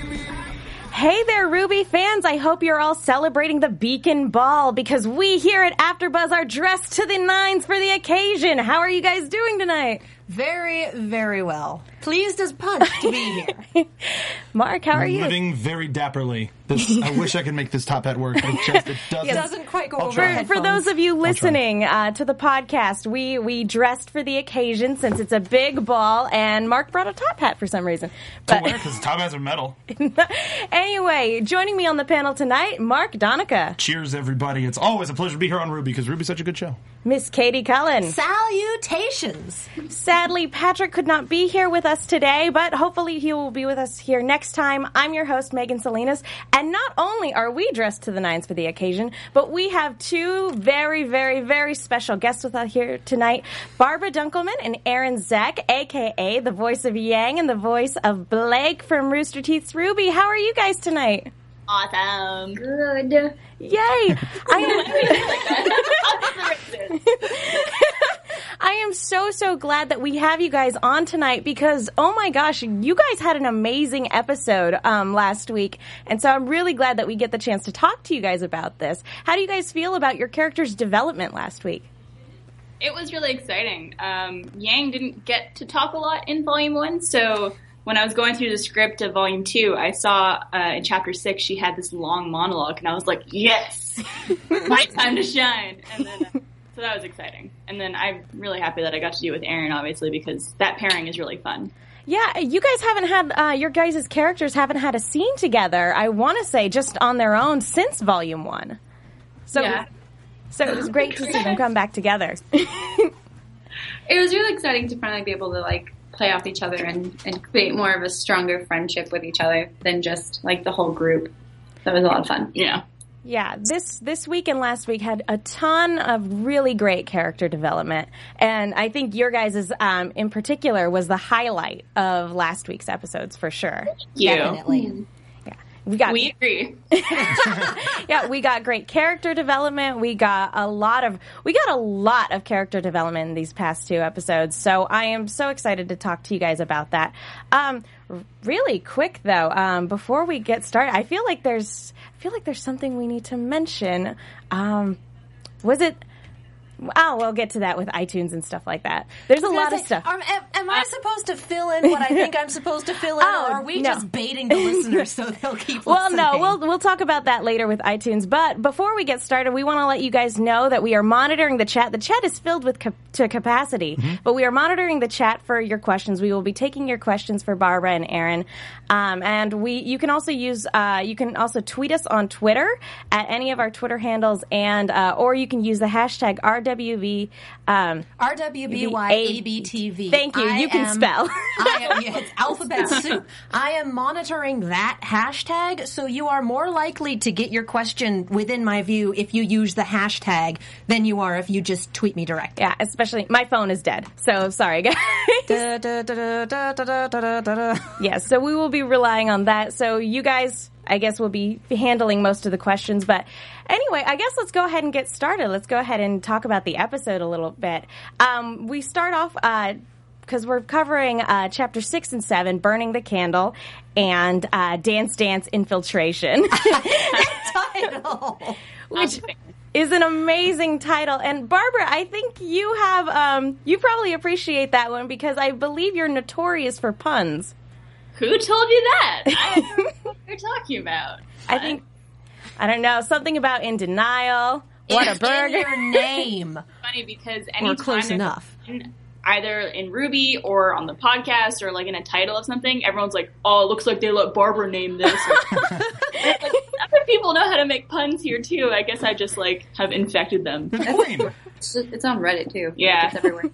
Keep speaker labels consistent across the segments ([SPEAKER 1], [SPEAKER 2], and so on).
[SPEAKER 1] Hey there, Ruby fans. I hope you're all celebrating the Beacon Ball because we here at AfterBuzz are dressed to the nines for the occasion. How are you guys doing tonight?
[SPEAKER 2] Very, very well. Pleased as punch to be here.
[SPEAKER 1] Mark, how are you?
[SPEAKER 3] Living very dapperly. This, I wish I could make this top hat work. It just it doesn't.
[SPEAKER 2] It doesn't quite go
[SPEAKER 3] I'll
[SPEAKER 2] over.
[SPEAKER 3] try.
[SPEAKER 2] our
[SPEAKER 1] for
[SPEAKER 2] headphones.
[SPEAKER 1] those of you listening uh, to the podcast, we we dressed for the occasion since it's a big ball, and Mark brought a top hat for some reason. But
[SPEAKER 3] Because top hats are metal.
[SPEAKER 1] anyway, joining me on the panel tonight, Mark Donica,
[SPEAKER 3] Cheers, everybody. It's always a pleasure to be here on Ruby because Ruby's such a good show.
[SPEAKER 1] Miss Katie Cullen.
[SPEAKER 2] Salutations.
[SPEAKER 1] Sadly, Patrick could not be here with us today, but hopefully he will be with us here next time. I'm your host, Megan Salinas, and not only are we dressed to the nines for the occasion, but we have two very, very, very special guests with us here tonight Barbara Dunkelman and Aaron Zek, aka the voice of Yang and the voice of Blake from Rooster Teeth's Ruby. How are you guys tonight?
[SPEAKER 4] Awesome.
[SPEAKER 5] Good.
[SPEAKER 1] Yay! I am. I am so so glad that we have you guys on tonight because oh my gosh, you guys had an amazing episode um, last week, and so I'm really glad that we get the chance to talk to you guys about this. How do you guys feel about your character's development last week?
[SPEAKER 4] It was really exciting. Um, Yang didn't get to talk a lot in Volume 1, so when I was going through the script of Volume 2, I saw uh, in Chapter 6 she had this long monologue, and I was like, yes! My time to shine! And then, uh, so that was exciting. And then I'm really happy that I got to do it with Aaron, obviously, because that pairing is really fun.
[SPEAKER 1] Yeah, you guys haven't had uh, your guys' characters haven't had a scene together. I want to say just on their own since Volume One. So,
[SPEAKER 4] Yeah.
[SPEAKER 1] so it was great to see them come back together.
[SPEAKER 6] it was really exciting to finally be able to like play off each other and, and create more of a stronger friendship with each other than just like the whole group. That was a lot of fun.
[SPEAKER 4] Yeah.
[SPEAKER 1] Yeah, this this week and last week had a ton of really great character development, and I think your guys' um, in particular was the highlight of last week's episodes for sure.
[SPEAKER 4] You.
[SPEAKER 2] Definitely.
[SPEAKER 1] We got
[SPEAKER 4] We agree.
[SPEAKER 1] yeah, we got great character development. We got a lot of we got a lot of character development in these past two episodes. So I am so excited to talk to you guys about that. Um, r- really quick though, um, before we get started, I feel like there's I feel like there's something we need to mention. Um, was it? Oh, we'll get to that with iTunes and stuff like that. There's a lot of
[SPEAKER 2] Say,
[SPEAKER 1] stuff. Uh,
[SPEAKER 2] Am, am- am I supposed to fill in what I think I'm supposed to fill in,
[SPEAKER 1] Oh,
[SPEAKER 2] or are we
[SPEAKER 1] no.
[SPEAKER 2] just baiting the listeners so they'll keep
[SPEAKER 1] Well,
[SPEAKER 2] listening?
[SPEAKER 1] no, we'll we'll talk about that later with iTunes. But before we get started, we want to let you guys know that we are monitoring the chat. The chat is filled with cap- to capacity, but we are monitoring the chat for your questions. We will be taking your questions for Barbara and Aaron, um, and we you can also use uh, you can also tweet us on Twitter at any of our Twitter handles, and uh, or you can use the hashtag RWV. Um,
[SPEAKER 2] RWBYABTV.
[SPEAKER 1] Thank you.
[SPEAKER 2] I
[SPEAKER 1] You can
[SPEAKER 2] am-
[SPEAKER 1] spell.
[SPEAKER 2] I am, yeah, it's alphabet soup. I am monitoring that hashtag, so you are more likely to get your question within my view if you use the hashtag than you are if you just tweet me directly.
[SPEAKER 1] yeah, especially my phone is dead, so sorry guys.
[SPEAKER 2] Da, da, da, da, da, da, da, da.
[SPEAKER 1] Yes, so we will be relying on that. So you guys, I guess, will be handling most of the questions. But anyway, I guess let's go ahead and get started. Let's go ahead and talk about the episode a little bit. Um, we start off because we're covering uh, chapter six and seven, burning the candle, and uh, dance, dance, infiltration.
[SPEAKER 2] Title.
[SPEAKER 1] which
[SPEAKER 4] Um,
[SPEAKER 1] is an amazing title. And Barbara, I think you have um, you probably appreciate that one because I believe you're notorious for puns.
[SPEAKER 4] Who told you that? I don't know what you're talking about.
[SPEAKER 1] I think I don't know something about in denial. What a
[SPEAKER 2] It's in
[SPEAKER 1] burger!
[SPEAKER 2] your name.
[SPEAKER 4] funny because anytime
[SPEAKER 2] close
[SPEAKER 4] there's
[SPEAKER 2] enough.
[SPEAKER 4] something, either in Ruby or on the podcast or like in a title of something, everyone's like, "Oh, it looks like they let Barbara name this." Or- Like, other people know how to make puns here too. I guess I just like have infected them.
[SPEAKER 3] Queen.
[SPEAKER 6] It's, it's on Reddit too.
[SPEAKER 4] Yeah.
[SPEAKER 6] it's everywhere.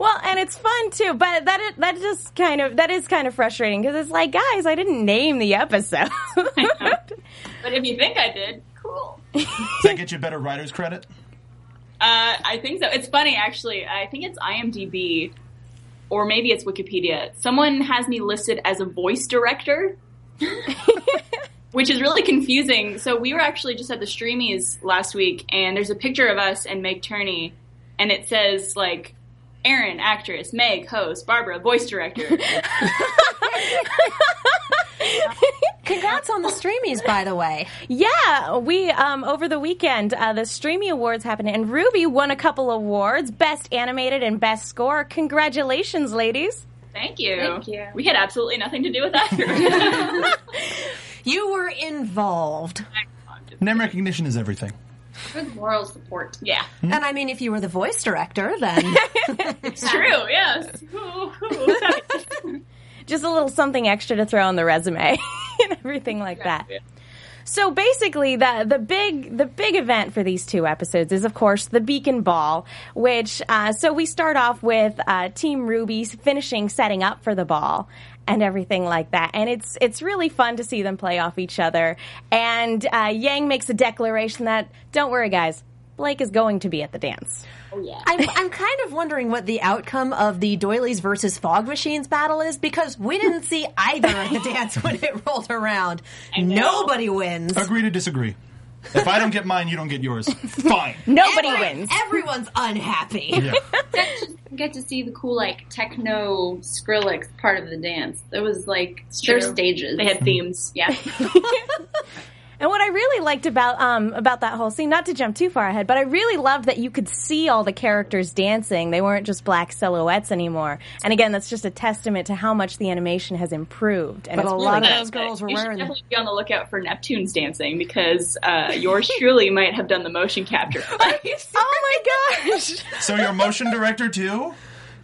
[SPEAKER 1] Well, and it's fun too, but that is, that just kind of that is kind of frustrating because it's like, guys, I didn't name the episode.
[SPEAKER 4] But if you think I did, cool.
[SPEAKER 3] Does that get you better writer's credit?
[SPEAKER 4] Uh, I think so. It's funny, actually. I think it's IMDb, or maybe it's Wikipedia. Someone has me listed as a voice director, which is really confusing. So we were actually just at the Streamies last week, and there's a picture of us and Meg Turney, and it says like. Aaron, actress, Meg, host, Barbara, voice director.
[SPEAKER 2] Congrats on the streamies, by the way.
[SPEAKER 1] yeah, we um, over the weekend uh, the Streamy Awards happened, and Ruby won a couple awards: best animated and best score. Congratulations, ladies!
[SPEAKER 4] Thank you.
[SPEAKER 6] Thank you.
[SPEAKER 4] We had absolutely nothing to do with that.
[SPEAKER 2] You were involved.
[SPEAKER 3] Name recognition is everything.
[SPEAKER 6] Good moral support.
[SPEAKER 4] yeah,
[SPEAKER 2] And I mean, if you were the voice director, then
[SPEAKER 4] it's true. Yes.
[SPEAKER 1] Just a little something extra to throw on the resume and everything like that. So basically, the the big the big event for these two episodes is, of course, the Beacon Ball. Which uh, so we start off with uh, Team Ruby finishing setting up for the ball and everything like that, and it's it's really fun to see them play off each other. And uh, Yang makes a declaration that, "Don't worry, guys." Blake is going to be at the dance.
[SPEAKER 2] I'm, I'm kind of wondering what the outcome of the doilies versus fog machines battle is because we didn't see either of the dance when it rolled around. Nobody wins.
[SPEAKER 3] Agree to disagree. If I don't get mine, you don't get yours. Fine.
[SPEAKER 1] Nobody
[SPEAKER 2] Everyone-
[SPEAKER 1] wins.
[SPEAKER 2] Everyone's unhappy.
[SPEAKER 3] Yeah.
[SPEAKER 6] Get to see the cool like techno Skrillex part of the dance. It was like their
[SPEAKER 4] true.
[SPEAKER 6] stages.
[SPEAKER 4] They had themes.
[SPEAKER 6] yeah.
[SPEAKER 1] And what I really liked about um, about that whole scene, not to jump too far ahead, but I really loved that you could see all the characters dancing. They weren't just black silhouettes anymore. And again, that's just a testament to how much the animation has improved. And
[SPEAKER 2] But
[SPEAKER 1] it's
[SPEAKER 2] a
[SPEAKER 1] really
[SPEAKER 2] lot of
[SPEAKER 1] good.
[SPEAKER 2] those girls were
[SPEAKER 4] you should
[SPEAKER 2] wearing them.
[SPEAKER 4] definitely be on the lookout for Neptune's dancing because uh, yours truly might have done the motion capture.
[SPEAKER 1] Oh my gosh!
[SPEAKER 3] So your motion director too?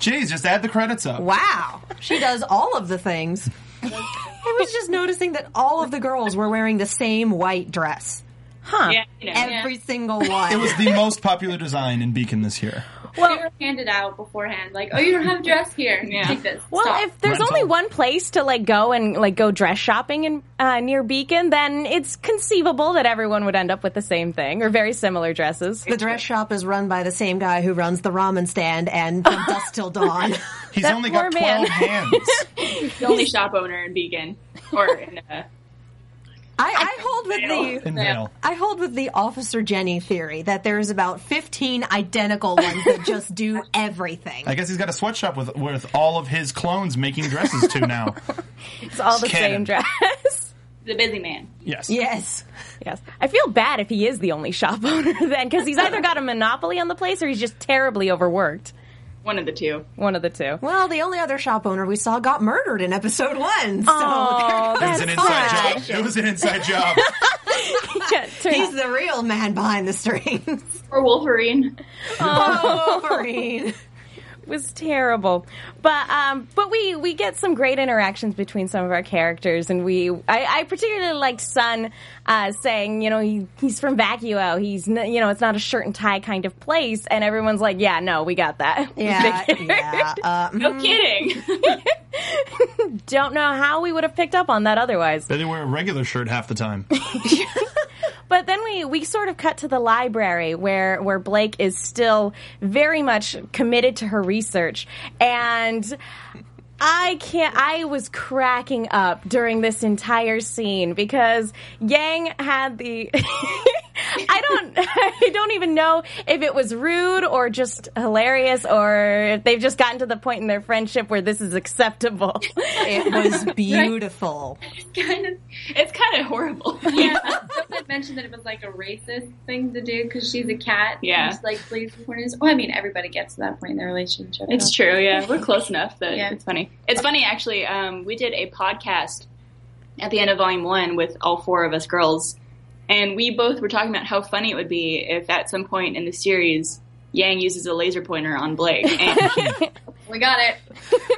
[SPEAKER 3] Jeez, just add the credits up.
[SPEAKER 2] Wow. She does all of the things. I was just noticing that all of the girls were wearing the same white dress.
[SPEAKER 4] yeah, you know.
[SPEAKER 2] Every single one.
[SPEAKER 3] It was the most popular design in Beacon this year.
[SPEAKER 6] they were handed out beforehand. Like, oh, you don't have a dress here.
[SPEAKER 4] Yeah.
[SPEAKER 6] Take this.
[SPEAKER 1] Well,
[SPEAKER 6] Stop.
[SPEAKER 1] if there's
[SPEAKER 3] Rental.
[SPEAKER 1] only one place to like go and like go dress shopping in uh, near Beacon, then it's conceivable that everyone would end up with the same thing or very similar dresses.
[SPEAKER 2] the dress shop is run by the same guy who runs the ramen stand and From Dusk Till Dawn.
[SPEAKER 3] He's
[SPEAKER 1] That
[SPEAKER 3] only
[SPEAKER 1] poor
[SPEAKER 3] got
[SPEAKER 1] man.
[SPEAKER 3] twelve hands.
[SPEAKER 4] the only shop owner in Beacon or in uh,
[SPEAKER 2] I, I hold with the
[SPEAKER 3] In Vale.
[SPEAKER 2] I hold with the Officer Jenny theory that there's about 15 identical ones that just do everything.
[SPEAKER 3] I guess he's got a sweatshop with with all of his clones making dresses too now.
[SPEAKER 1] It's all the
[SPEAKER 3] Canon.
[SPEAKER 1] same dress.
[SPEAKER 4] the Busy Man.
[SPEAKER 3] Yes.
[SPEAKER 2] yes.
[SPEAKER 1] Yes. I feel bad if he is the only shop owner then, because he's either got a monopoly on the place or he's just terribly overworked.
[SPEAKER 4] One of the two.
[SPEAKER 1] One of the two.
[SPEAKER 2] Well, the only other shop owner we saw got murdered in episode one. So
[SPEAKER 1] Oh,
[SPEAKER 3] It was
[SPEAKER 1] that's
[SPEAKER 3] an inside
[SPEAKER 1] sad.
[SPEAKER 3] job. It was an inside job.
[SPEAKER 1] Yeah, turn-
[SPEAKER 2] he's the real man behind the strings.
[SPEAKER 4] Or Wolverine.
[SPEAKER 2] Oh, Wolverine.
[SPEAKER 1] It was terrible. But um, but we we get some great interactions between some of our characters, and we I, I particularly liked Sun uh, saying, you know, he, he's from Vacuo. He's n- you know, it's not a shirt and tie kind of place, and everyone's like, yeah, no, we got that.
[SPEAKER 2] Yeah, yeah. Uh, mhm.
[SPEAKER 4] No kidding.
[SPEAKER 1] Don't know how we would have picked up on that otherwise.
[SPEAKER 3] They didn't wear a regular shirt half the time.
[SPEAKER 1] But then we, we sort of cut to the library where, where Blake is still very much committed to her research. And I can't, I was cracking up during this entire scene because Yang had the. I don't, I don't even know if it was rude or just hilarious or if they've just gotten to the point in their friendship where this is acceptable.
[SPEAKER 2] it was beautiful.
[SPEAKER 6] kind of.
[SPEAKER 4] it's kind of horrible.
[SPEAKER 6] Yeah, someone mentioned that it was like a racist thing to do because she's a cat.
[SPEAKER 4] Yeah.
[SPEAKER 6] and she's like please report us. Well, I mean, everybody gets to that point in their relationship.
[SPEAKER 4] It's true, yeah. We're close enough that
[SPEAKER 6] Yeah.
[SPEAKER 4] it's funny. It's funny, actually. Um, we did a podcast at the end of Volume 1 with all four of us girls, and we both were talking about how funny it would be if at some point in the series Yang uses a laser pointer on Blake. And
[SPEAKER 6] we got it.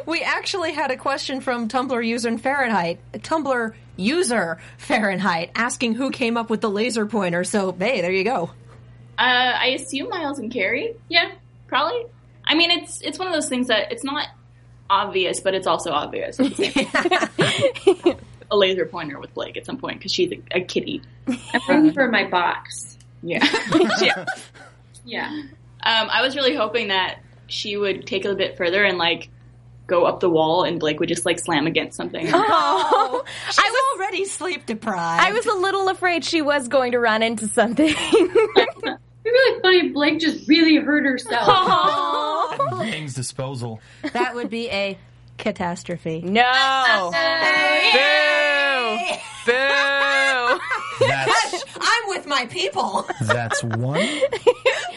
[SPEAKER 2] we actually had a question from Tumblr user in Fahrenheit, Tumblr user Fahrenheit, asking who came up with the laser pointer. So hey, there you go.
[SPEAKER 4] Uh, I assume Miles and Carrie. Yeah, probably. I mean, it's it's one of those things that it's not obvious, but it's also obvious. a laser pointer with Blake at some point because she's a, a kitty.
[SPEAKER 6] I'm for my box.
[SPEAKER 4] Yeah. yeah. Yeah. Um, I was really hoping that she would take it a bit further and like go up the wall and Blake would just like slam against something.
[SPEAKER 1] Oh,
[SPEAKER 2] She's I was already sleep deprived.
[SPEAKER 1] I was a little afraid she was going to run into something.
[SPEAKER 6] It'd be really funny if Blake just really hurt herself.
[SPEAKER 1] oh,
[SPEAKER 3] Yang's disposal.
[SPEAKER 2] that would be a catastrophe.
[SPEAKER 1] no.
[SPEAKER 2] Hey,
[SPEAKER 1] Boo. Boo.
[SPEAKER 3] That's
[SPEAKER 2] I'm with my people.
[SPEAKER 3] that's one,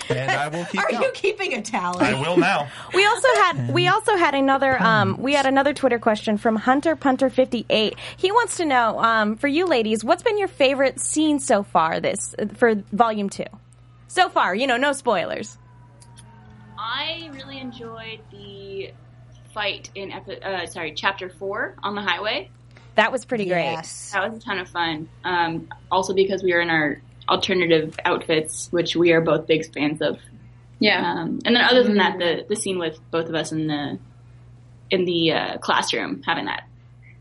[SPEAKER 3] and I will keep.
[SPEAKER 2] Are
[SPEAKER 3] count.
[SPEAKER 2] you keeping a tally?
[SPEAKER 3] I will now.
[SPEAKER 1] We also had we also had another um, we had another Twitter question from Hunter Punter fifty eight. He wants to know um, for you ladies, what's been your favorite scene so far this for Volume Two? So far, you know, no spoilers.
[SPEAKER 4] I really enjoyed the fight in epi- uh, sorry chapter four on the highway.
[SPEAKER 1] That was pretty
[SPEAKER 2] Yes.
[SPEAKER 4] That was a ton of fun. Um, also because we were in our alternative outfits, which we are both big fans of.
[SPEAKER 6] Yeah.
[SPEAKER 4] Um, and then other than that, the the scene with both of us in the in the uh, classroom having that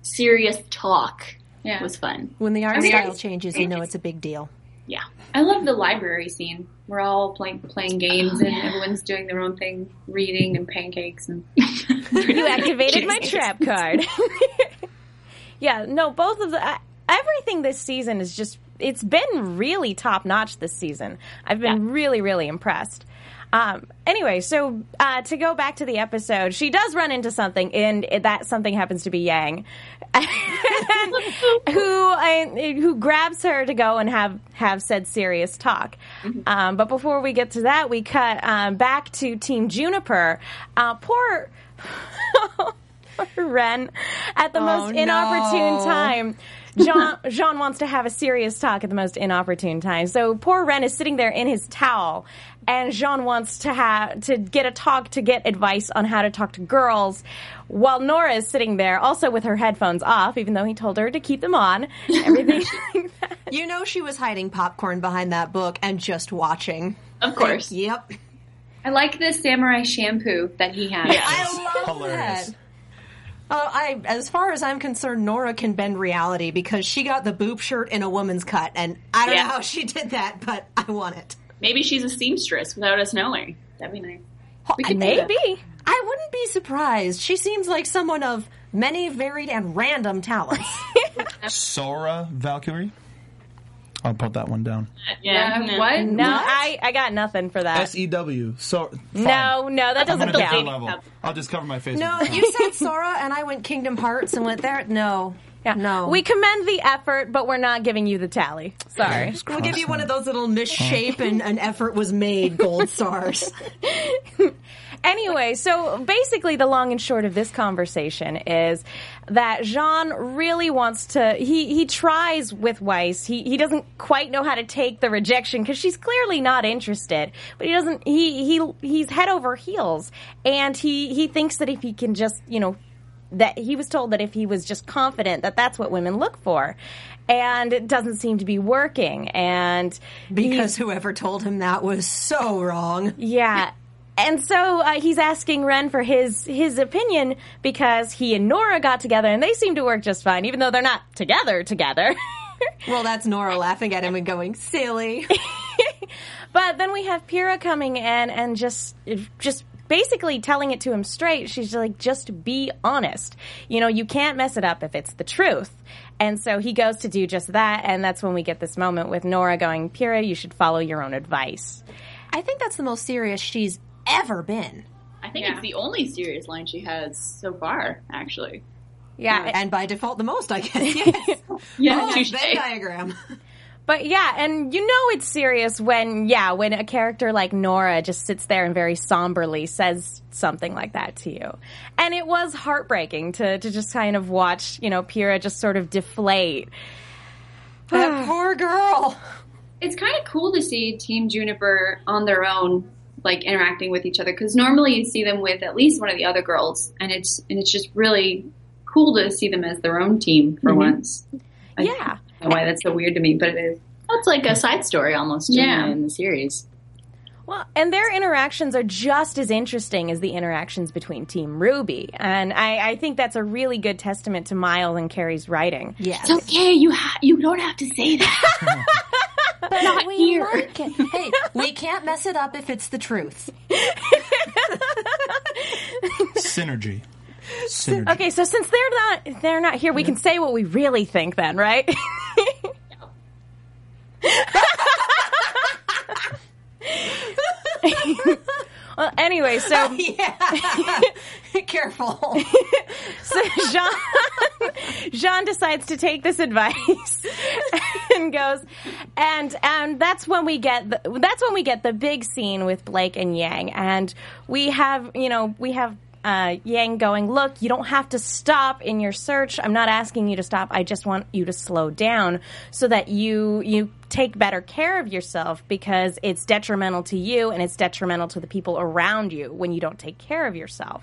[SPEAKER 4] serious talk
[SPEAKER 6] Yeah.
[SPEAKER 4] was fun.
[SPEAKER 2] When the art
[SPEAKER 6] mean,
[SPEAKER 2] style
[SPEAKER 6] I-
[SPEAKER 2] changes, you know it's a big deal.
[SPEAKER 4] Yeah.
[SPEAKER 6] I love the library scene. We're all playing playing games and everyone's doing their own thing, reading and pancakes and
[SPEAKER 1] great. You activated my trap card. yeah, no, both of the I, everything this season is just it's been really top notch this season. I've been really really impressed. Um, anyway, so uh, to go back to the episode, she does run into something, and it- that something happens to be Yang, who I, who grabs her to go and have have said serious talk. Um, but before we get to that, we cut um, back to Team Juniper. Uh, poor. Ren, at the most
[SPEAKER 2] no.
[SPEAKER 1] inopportune time, Jean Jean wants to have a serious talk at the most inopportune time. So poor Ren is sitting there in his towel, and Jean wants to have to get a talk to get advice on how to talk to girls, while Nora is sitting there also with her headphones off, even though he told her to keep them on. and Everything. like that.
[SPEAKER 2] You know she was hiding popcorn behind that book and just watching.
[SPEAKER 4] Of course.
[SPEAKER 2] Yep.
[SPEAKER 6] I like the samurai shampoo that he has.
[SPEAKER 2] I love
[SPEAKER 3] Hilarious.
[SPEAKER 2] that. Uh, I, as far as I'm concerned, Nora can bend reality because she got the boob shirt in a woman's cut, and I don't
[SPEAKER 4] Yeah.
[SPEAKER 2] know how she did that, but I want it.
[SPEAKER 4] Maybe she's a seamstress without us knowing.
[SPEAKER 6] That'd be nice.
[SPEAKER 2] We
[SPEAKER 6] could do that.
[SPEAKER 1] Maybe.
[SPEAKER 2] I wouldn't be surprised. She seems like someone of many varied and random talents.
[SPEAKER 3] Sora Valkyrie. I'll put that one down.
[SPEAKER 4] Yeah.
[SPEAKER 6] Uh, what?
[SPEAKER 1] No, I, I got nothing for that.
[SPEAKER 3] S E W. So
[SPEAKER 1] no, no, that
[SPEAKER 3] I'm
[SPEAKER 1] doesn't
[SPEAKER 3] gonna go
[SPEAKER 1] count.
[SPEAKER 3] down level. I'll just cover my face.
[SPEAKER 2] no,
[SPEAKER 3] with the
[SPEAKER 2] you said Sora, and I went Kingdom Hearts and went there. No,
[SPEAKER 1] Yeah.
[SPEAKER 2] no.
[SPEAKER 1] We commend the effort, but we're not giving you the tally. Sorry.
[SPEAKER 3] top.
[SPEAKER 2] We'll give you one of those little misshapen an effort was made gold stars.
[SPEAKER 1] Anyway, so basically, the long and short of this conversation is that Jean really wants to. He he tries with Weiss. He he doesn't quite know how to take the rejection because she's clearly not interested. But he doesn't. He he he's head over heels, and he he thinks that if he can just you know that he was told that if he was just confident that that's what women look for, and it doesn't seem to be working. And
[SPEAKER 2] Because whoever told him that was so wrong.
[SPEAKER 1] Yeah. And so uh, he's asking Ren for his his opinion because he and Nora got together and they seem to work just fine, even though they're not together together.
[SPEAKER 2] Well, that's Nora laughing at him and going, silly.
[SPEAKER 1] but then we have Pyrrha coming in and just just basically telling it to him straight. She's like, just be honest. You know, you can't mess it up if it's the truth. And so he goes to do just that, and that's when we get this moment with Nora going, Pyrrha, you should follow your own advice.
[SPEAKER 2] I think that's the most serious she's ever been.
[SPEAKER 4] I think
[SPEAKER 6] Yeah.
[SPEAKER 4] it's the only serious line she has so far, actually.
[SPEAKER 1] Yeah,
[SPEAKER 2] And by default, the most, I guess. Yes.
[SPEAKER 4] Yeah,
[SPEAKER 2] Oh,
[SPEAKER 4] touche.
[SPEAKER 2] Venn diagram.
[SPEAKER 1] But yeah, and you know it's serious when yeah, when a character like Nora just sits there and very somberly says something like that to you. And it was heartbreaking to to just kind of watch, you know, Pyrrha just sort of deflate.
[SPEAKER 2] that poor girl.
[SPEAKER 6] It's kind of cool to see Team Juniper on their own
[SPEAKER 4] like interacting with each other because normally you see them with at least one of the other girls, and it's and it's just really cool to see them as their own team for
[SPEAKER 5] Mm-hmm.
[SPEAKER 4] once. I
[SPEAKER 1] Yeah.
[SPEAKER 4] don't know why that's so weird to me, but it is.
[SPEAKER 5] That's like a side story almost yeah.
[SPEAKER 4] Yeah.
[SPEAKER 5] in the series.
[SPEAKER 1] Well, and their interactions are just as interesting as the interactions between Team Ruby. And I, I think that's a really good testament to Miles and Carrie's writing.
[SPEAKER 2] Yes.
[SPEAKER 6] It's okay. You ha- you don't have to say that.
[SPEAKER 2] but we like it. Hey, we can't mess it up if it's the truth.
[SPEAKER 3] Synergy. Synergy.
[SPEAKER 1] Okay, so since they're not they're not here, we can say what we really think then, right? well, anyway, so
[SPEAKER 2] Yeah. Careful.
[SPEAKER 1] so Jean Jean decides to take this advice and goes, and and that's when we get the, that's when we get the big scene with Blake and Yang, and we have you know we have. Uh, Yang going, look, you don't have to stop in your search. I'm not asking you to stop. I just want you to slow down so that you you take better care of yourself because it's detrimental to you and it's detrimental to the people around you when you don't take care of yourself.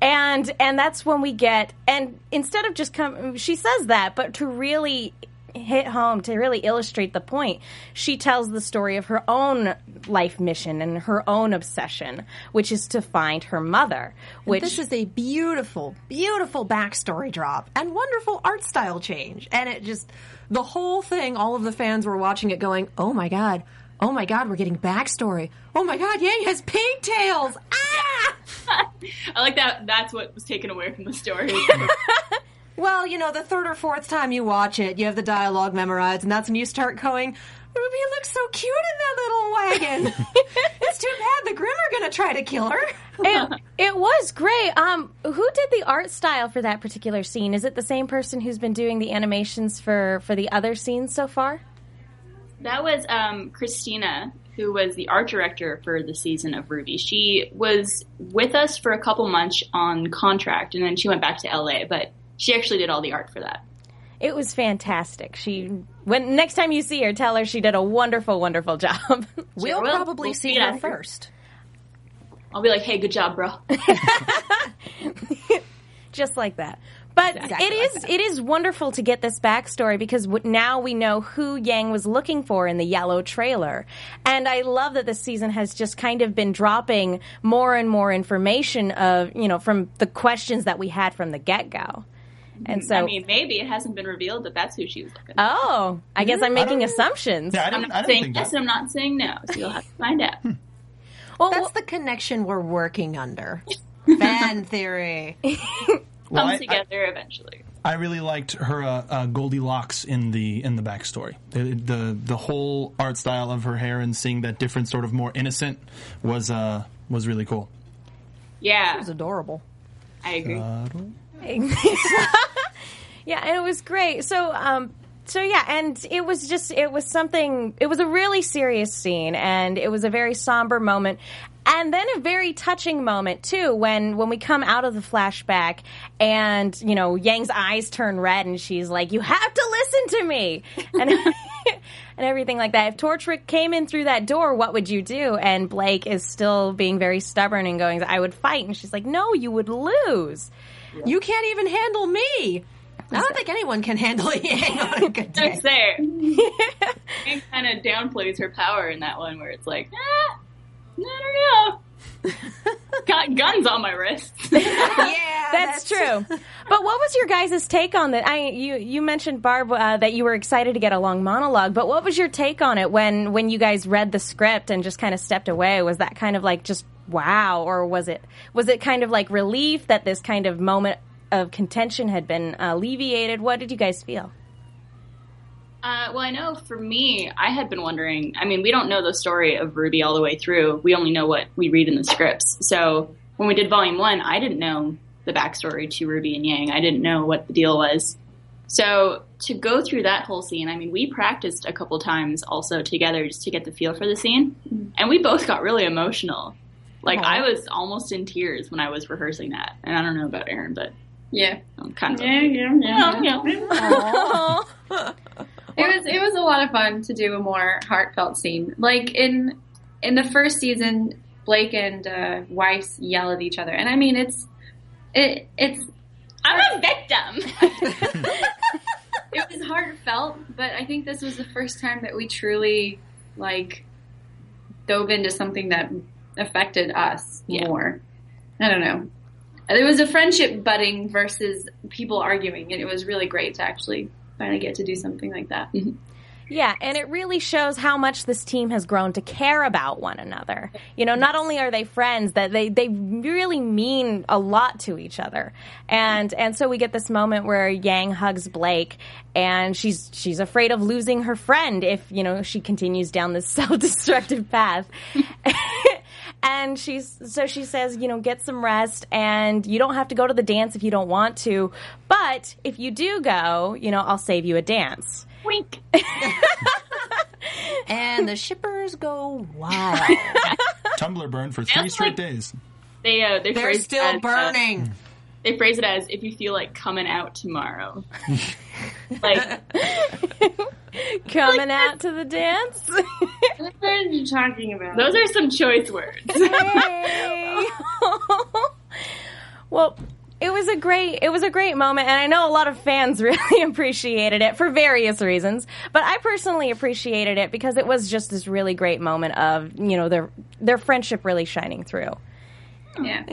[SPEAKER 1] And and that's when we get and instead of just come she says that but to really hit home to really illustrate the point she tells the story of her own life mission and her own obsession which is to find her mother which
[SPEAKER 2] This is a beautiful, beautiful backstory drop and wonderful art style change. And it just, the whole thing, all of the fans were watching it going, oh my God, oh my God, we're getting backstory. Oh my God, Yang has pigtails. Ah!
[SPEAKER 4] I like that. That's what was taken away from the story.
[SPEAKER 2] Well, you know, the third or fourth time you watch it, you have the dialogue memorized, and that's when you start going, Ruby looks so cute in that little wagon. it's too bad the Grim are going to try to kill her.
[SPEAKER 1] it, it was great um who did the art style for that particular scene is it the same person who's been doing the animations for for the other scenes so far
[SPEAKER 4] That was um, Christina, who was the art director for the season of Ruby. She was with us for a couple months on contract, and then she went back to LA. But she actually did all the art for that.
[SPEAKER 1] It was fantastic. She when next time you see her, tell her she did a wonderful, wonderful job.
[SPEAKER 2] We'll
[SPEAKER 4] will.
[SPEAKER 2] probably
[SPEAKER 4] We'll
[SPEAKER 2] see
[SPEAKER 4] see
[SPEAKER 2] her
[SPEAKER 4] that.
[SPEAKER 2] first.
[SPEAKER 4] I'll be like, "Hey, good job, bro."
[SPEAKER 1] Just like that. But
[SPEAKER 2] Exactly
[SPEAKER 1] it is
[SPEAKER 2] like
[SPEAKER 1] it is wonderful to get this backstory because w- now we know who Yang was looking for in the yellow trailer, and I love that this season has just kind of been dropping more and more information of you know from the questions that we had from the get go, and so
[SPEAKER 4] I mean, maybe it hasn't been revealed that that's who she was looking. for.
[SPEAKER 1] oh, I guess I'm making assumptions.
[SPEAKER 3] Yeah, I
[SPEAKER 4] I'm
[SPEAKER 3] didn't, I
[SPEAKER 4] not
[SPEAKER 3] didn't
[SPEAKER 4] saying
[SPEAKER 3] think
[SPEAKER 4] yes,
[SPEAKER 3] that. Hmm.
[SPEAKER 4] and I'm not saying no. So you'll have to find out.
[SPEAKER 1] Well,
[SPEAKER 2] That's the connection we're working under. Fan theory.
[SPEAKER 3] Well,
[SPEAKER 4] Comes
[SPEAKER 3] I- I-
[SPEAKER 4] together eventually.
[SPEAKER 3] I really liked her uh, uh, Goldilocks in the in the backstory. The, the the whole art style of her hair and seeing that different sort of more innocent was uh, was really cool.
[SPEAKER 4] Yeah,
[SPEAKER 2] It's adorable.
[SPEAKER 4] I agree.
[SPEAKER 1] Yeah, and it was great. So, um, so yeah, and it was just it was something. It was a really serious scene, and it was a very somber moment, and then a very touching moment too. When when we come out of the flashback, and you know Yang's eyes turn red, and she's like, "You have to listen to me," and and everything like that. If Torchwick came in through that door, what would you do? And Blake is still being very stubborn and going, "I would fight," and she's like, "No, you would lose."
[SPEAKER 2] You can't even handle me. I don't think anyone can handle Yang on a good day.
[SPEAKER 4] It's there. It kind of downplays her power in that one, where it's like, ah, I don't know. Got guns on my wrist.
[SPEAKER 2] Yeah,
[SPEAKER 1] That's true. but what was your guys' take on that? I you you mentioned Barb uh, that you were excited to get a long monologue, but what was your take on it when when you guys read the script and just kind of stepped away? Was that kind of like just wow, or was it was it kind of like relief that this kind of moment of contention had been alleviated? What did you guys feel?
[SPEAKER 4] Uh, well, I know for me, I had been wondering. I mean, we don't know the story of Ruby all the way through. We only know what we read in the scripts. So when we did Volume One, I didn't know the backstory to Ruby and Yang. I didn't know what the deal was. So to go through that whole scene, I mean, we practiced a couple times also together just to get the feel for the scene,
[SPEAKER 6] Mm-hmm.
[SPEAKER 4] and we both got really emotional. Like I was almost in tears when I was rehearsing that, and I don't know about Aaron, but
[SPEAKER 6] yeah.
[SPEAKER 4] I'm kind of
[SPEAKER 6] Yeah, yeah, yeah.
[SPEAKER 4] yeah.
[SPEAKER 6] It was it was a lot of fun to do a more heartfelt scene. Like in in the first season, Blake and uh, Weiss yell at each other, and I mean it's it it's
[SPEAKER 4] I'm a victim.
[SPEAKER 6] it was heartfelt, but I think this was the first time that we truly like dove into something that affected us more. I don't know. It was a friendship budding versus people arguing, and it was really great to actually finally get to do something like that.
[SPEAKER 1] Yeah, and it really shows how much this team has grown to care about one another. You know, not only are they friends, that they they really mean a lot to each other. And and so we get this moment where Yang hugs Blake and she's she's afraid of losing her friend if, you know, she continues down this self-destructive path. and she's so she says, you know, get some rest and you don't have to go to the dance if you don't want to, but if you do go, you know, I'll save you a dance.
[SPEAKER 4] Wink.
[SPEAKER 2] and the shippers go wild.
[SPEAKER 3] Tumblr burned for three straight days.
[SPEAKER 4] They uh, they
[SPEAKER 2] They're
[SPEAKER 4] phrase it as,
[SPEAKER 2] still
[SPEAKER 4] uh,
[SPEAKER 2] burning.
[SPEAKER 4] they phrase it as if you feel like coming out tomorrow. like
[SPEAKER 1] coming out to the dance.
[SPEAKER 6] What are you talking about?
[SPEAKER 4] those are some choice words.
[SPEAKER 1] Hey. well, it was a great it was a great moment and I know a lot of fans really appreciated it for various reasons, but I personally appreciated it because it was just this really great moment of, you know, their their friendship really shining through.
[SPEAKER 6] yeah.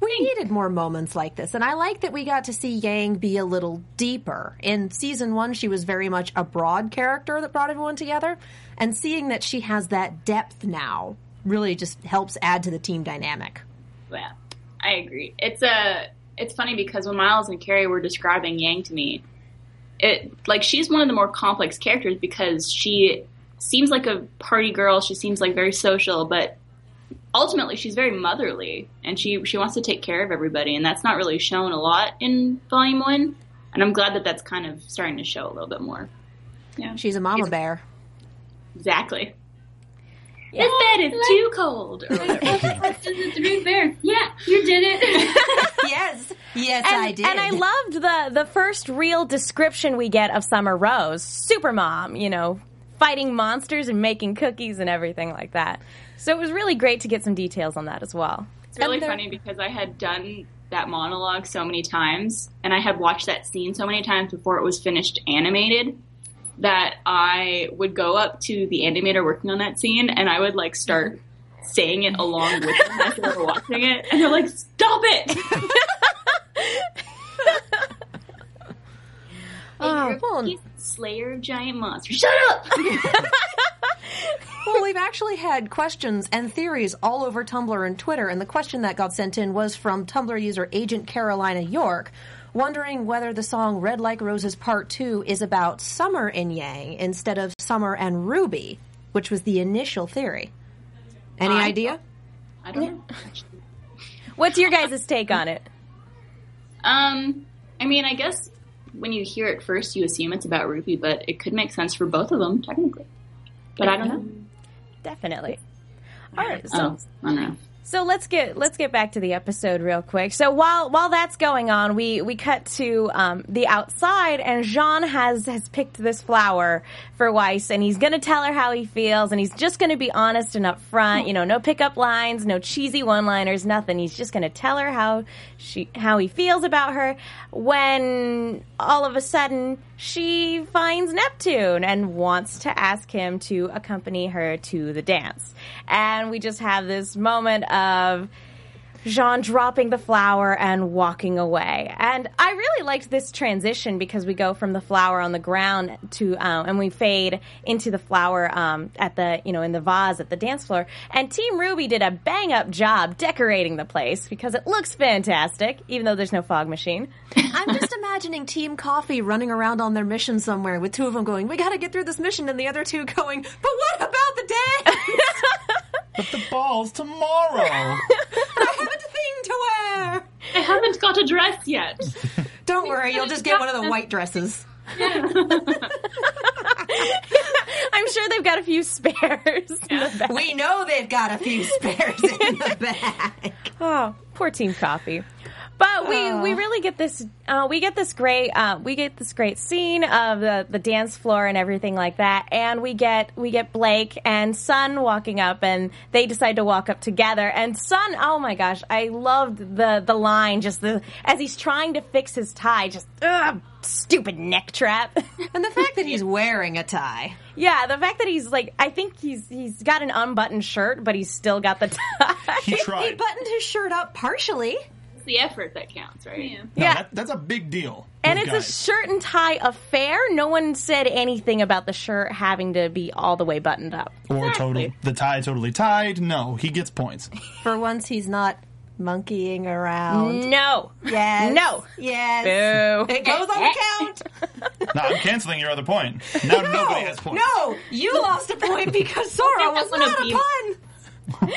[SPEAKER 2] We needed more moments like this, and I like that we got to see Yang be a little deeper. In season one, she was very much a broad character that brought everyone together, and seeing that she has that depth now really just helps add to the team dynamic.
[SPEAKER 4] Yeah, I agree. It's a it's funny because when Miles and Carrie were describing Yang to me, it like she's one of the more complex characters because she seems like a party girl. She seems like very social, but ultimately she's very motherly and she she wants to take care of everybody, and that's not really shown a lot in Volume One. And I'm glad that that's kind of starting to show a little bit more.
[SPEAKER 2] She's a mama bear.
[SPEAKER 4] Exactly. This bed is too cold. Or whatever.
[SPEAKER 6] to be fair, yeah, you did it.
[SPEAKER 2] yes, yes,
[SPEAKER 1] and,
[SPEAKER 2] I did.
[SPEAKER 1] and I loved the the first real description we get of Summer Rose, super mom, you know, fighting monsters and making cookies and everything like that. So it was really great to get some details on that as well.
[SPEAKER 4] It's really
[SPEAKER 2] And there-
[SPEAKER 4] funny because I had done that monologue so many times, and I had watched that scene so many times before it was finished animated that I would go up to the animator working on that scene, and I would like start saying it along with them as they were watching it, and they're like, "Stop it!"
[SPEAKER 2] Well,
[SPEAKER 4] He's a Slayer giant monster. Shut up!
[SPEAKER 2] Well, we've actually had questions and theories all over Tumblr and Twitter, and the question that got sent in was from Tumblr user Agent Carolina York, wondering whether the song Red Like Roses Part 2 is about Summer and Yang instead of Summer and Ruby, which was the initial theory. Any
[SPEAKER 4] I-
[SPEAKER 2] idea?
[SPEAKER 4] I don't know.
[SPEAKER 1] What's your guys' take on it?
[SPEAKER 4] Um, I mean, I guess when you hear it first, you assume it's about Ruby, but it could make sense for both of them technically. But I don't know.
[SPEAKER 1] Definitely. All right, so
[SPEAKER 4] Oh, I don't know.
[SPEAKER 1] So let's get let's get back to the episode real quick. So while while that's going on, we we cut to um, the outside, and Jean has has picked this flower for Weiss, and he's going to tell her how he feels, and he's just going to be honest and upfront. You know, no pickup lines, no cheesy one liners, nothing. He's just going to tell her how she how he feels about her. When all of a sudden she finds Neptune and wants to ask him to accompany her to the dance. And we just have this moment of Jean dropping the flower and walking away. And I really liked this transition because we go from the flower on the ground to, um, and we fade into the flower um, at the, you know, in the vase at the dance floor. And Team Ruby did a bang up job decorating the place because it looks fantastic, even though there's no fog machine.
[SPEAKER 2] I'm just imagining Team Coffee running around on their mission somewhere with two of them going, We gotta get through this mission, and the other two going, But what about the day?
[SPEAKER 3] But the ball's tomorrow.
[SPEAKER 2] I have a thing to wear!
[SPEAKER 4] I haven't got a dress yet.
[SPEAKER 2] Don't worry, you'll just get one of the white dresses.
[SPEAKER 1] I'm sure they've got a few spares. in the back.
[SPEAKER 2] We know they've got a few spares in the back.
[SPEAKER 1] Oh, poor Team Coffee. But we we really get this uh, we get this great uh, we get this great scene of the the dance floor and everything like that, and we get we get Blake and Sun walking up, and they decide to walk up together. And Sun, oh my gosh, I loved the the line just the as he's trying to fix his tie, just ugh, stupid neck trap.
[SPEAKER 2] And the fact that he's wearing a tie.
[SPEAKER 1] yeah, the fact that he's like, I think he's he's got an unbuttoned shirt, but he's still got the tie.
[SPEAKER 3] He
[SPEAKER 2] He
[SPEAKER 3] tried.
[SPEAKER 2] buttoned his shirt up partially.
[SPEAKER 6] It's the effort that counts, right? Yeah.
[SPEAKER 3] No,
[SPEAKER 1] yeah.
[SPEAKER 3] that- that's a big deal.
[SPEAKER 1] And
[SPEAKER 3] with
[SPEAKER 1] it's a
[SPEAKER 3] guys.
[SPEAKER 1] shirt and tie affair. No one said anything about the shirt having to be all the way buttoned up.
[SPEAKER 3] or total the tie totally tied. No, he gets points.
[SPEAKER 2] For once, he's not monkeying
[SPEAKER 4] Mm.
[SPEAKER 2] around.
[SPEAKER 1] No.
[SPEAKER 2] Yes.
[SPEAKER 1] No.
[SPEAKER 2] Yes.
[SPEAKER 1] Boo.
[SPEAKER 2] It goes on the count.
[SPEAKER 3] No, I'm canceling your other point. Now nobody has points.
[SPEAKER 2] No, you lost a point because Sora was
[SPEAKER 6] wanna
[SPEAKER 2] not a
[SPEAKER 6] be-
[SPEAKER 2] pun.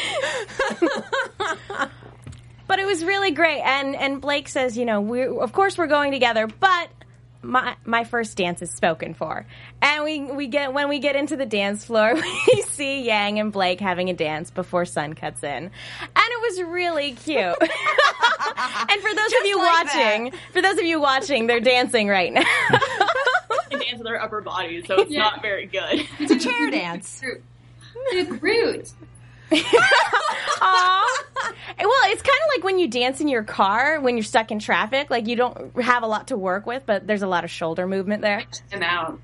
[SPEAKER 1] But it was really great. And and Blake says, you know, we are of course we're going together, but my my first dance is spoken for. And we we get when we get into the dance floor, we see Yang and Blake having a dance before Sun cuts in. And it was really cute. and for those of you
[SPEAKER 2] like that.
[SPEAKER 1] watching, for those of you watching, they're dancing right now.
[SPEAKER 4] They dance with their upper body, so it's not very good.
[SPEAKER 2] It's a chair dance.
[SPEAKER 6] Groot. Dude, Groot.
[SPEAKER 1] Well, it's kind of like when you dance in your car when you're stuck in traffic. Like you don't have a lot to work with, but there's a lot of shoulder movement there.
[SPEAKER 6] Him out.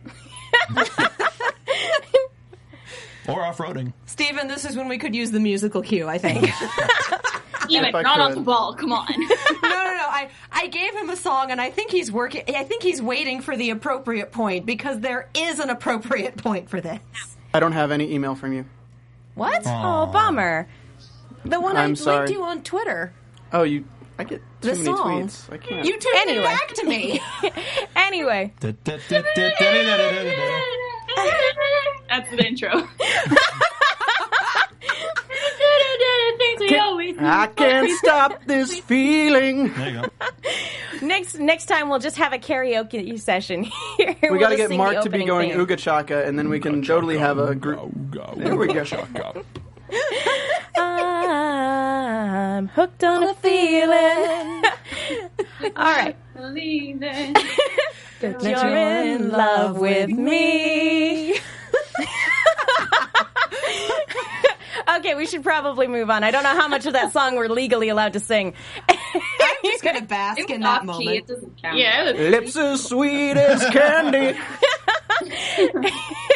[SPEAKER 3] Or off roading.
[SPEAKER 2] Steven, this is when we could use the musical cue, I think. no,
[SPEAKER 6] Even
[SPEAKER 7] I
[SPEAKER 6] not off the
[SPEAKER 7] could.
[SPEAKER 6] ball. Come on.
[SPEAKER 2] no, no. I, I gave him a song and I think he's working I think he's waiting for the appropriate point because there is an appropriate point for this.
[SPEAKER 7] I don't have any email from you.
[SPEAKER 1] What? Oh, bummer.
[SPEAKER 2] The one
[SPEAKER 7] I'm
[SPEAKER 2] I linked
[SPEAKER 7] sorry.
[SPEAKER 2] you on Twitter.
[SPEAKER 7] Oh, you. I get too
[SPEAKER 2] The
[SPEAKER 7] many
[SPEAKER 2] song.
[SPEAKER 7] tweets. I can't.
[SPEAKER 2] You turned
[SPEAKER 1] Anyway.
[SPEAKER 2] it back to me.
[SPEAKER 1] Anyway,
[SPEAKER 4] That's the intro.
[SPEAKER 6] Things we always
[SPEAKER 7] I can't stop this feeling.
[SPEAKER 3] There you go.
[SPEAKER 1] next next time we'll just have a karaoke session here.
[SPEAKER 7] We
[SPEAKER 1] We'll
[SPEAKER 7] got to
[SPEAKER 1] just
[SPEAKER 7] get
[SPEAKER 1] sing
[SPEAKER 7] Mark
[SPEAKER 1] the
[SPEAKER 7] to be
[SPEAKER 1] opening
[SPEAKER 7] going
[SPEAKER 1] theme.
[SPEAKER 7] Ooga Chaka, and then we can totally have a group. There we go.
[SPEAKER 1] I'm hooked on a feeling. All right.
[SPEAKER 6] believe in.
[SPEAKER 1] You're in love with me. okay, we should probably move on. I don't know how much of that song we're legally allowed to sing.
[SPEAKER 2] I'm just gonna bask in that
[SPEAKER 6] Off key, it
[SPEAKER 2] moment.
[SPEAKER 6] doesn't count.
[SPEAKER 4] Yeah, it was
[SPEAKER 7] Lips as sweet as candy.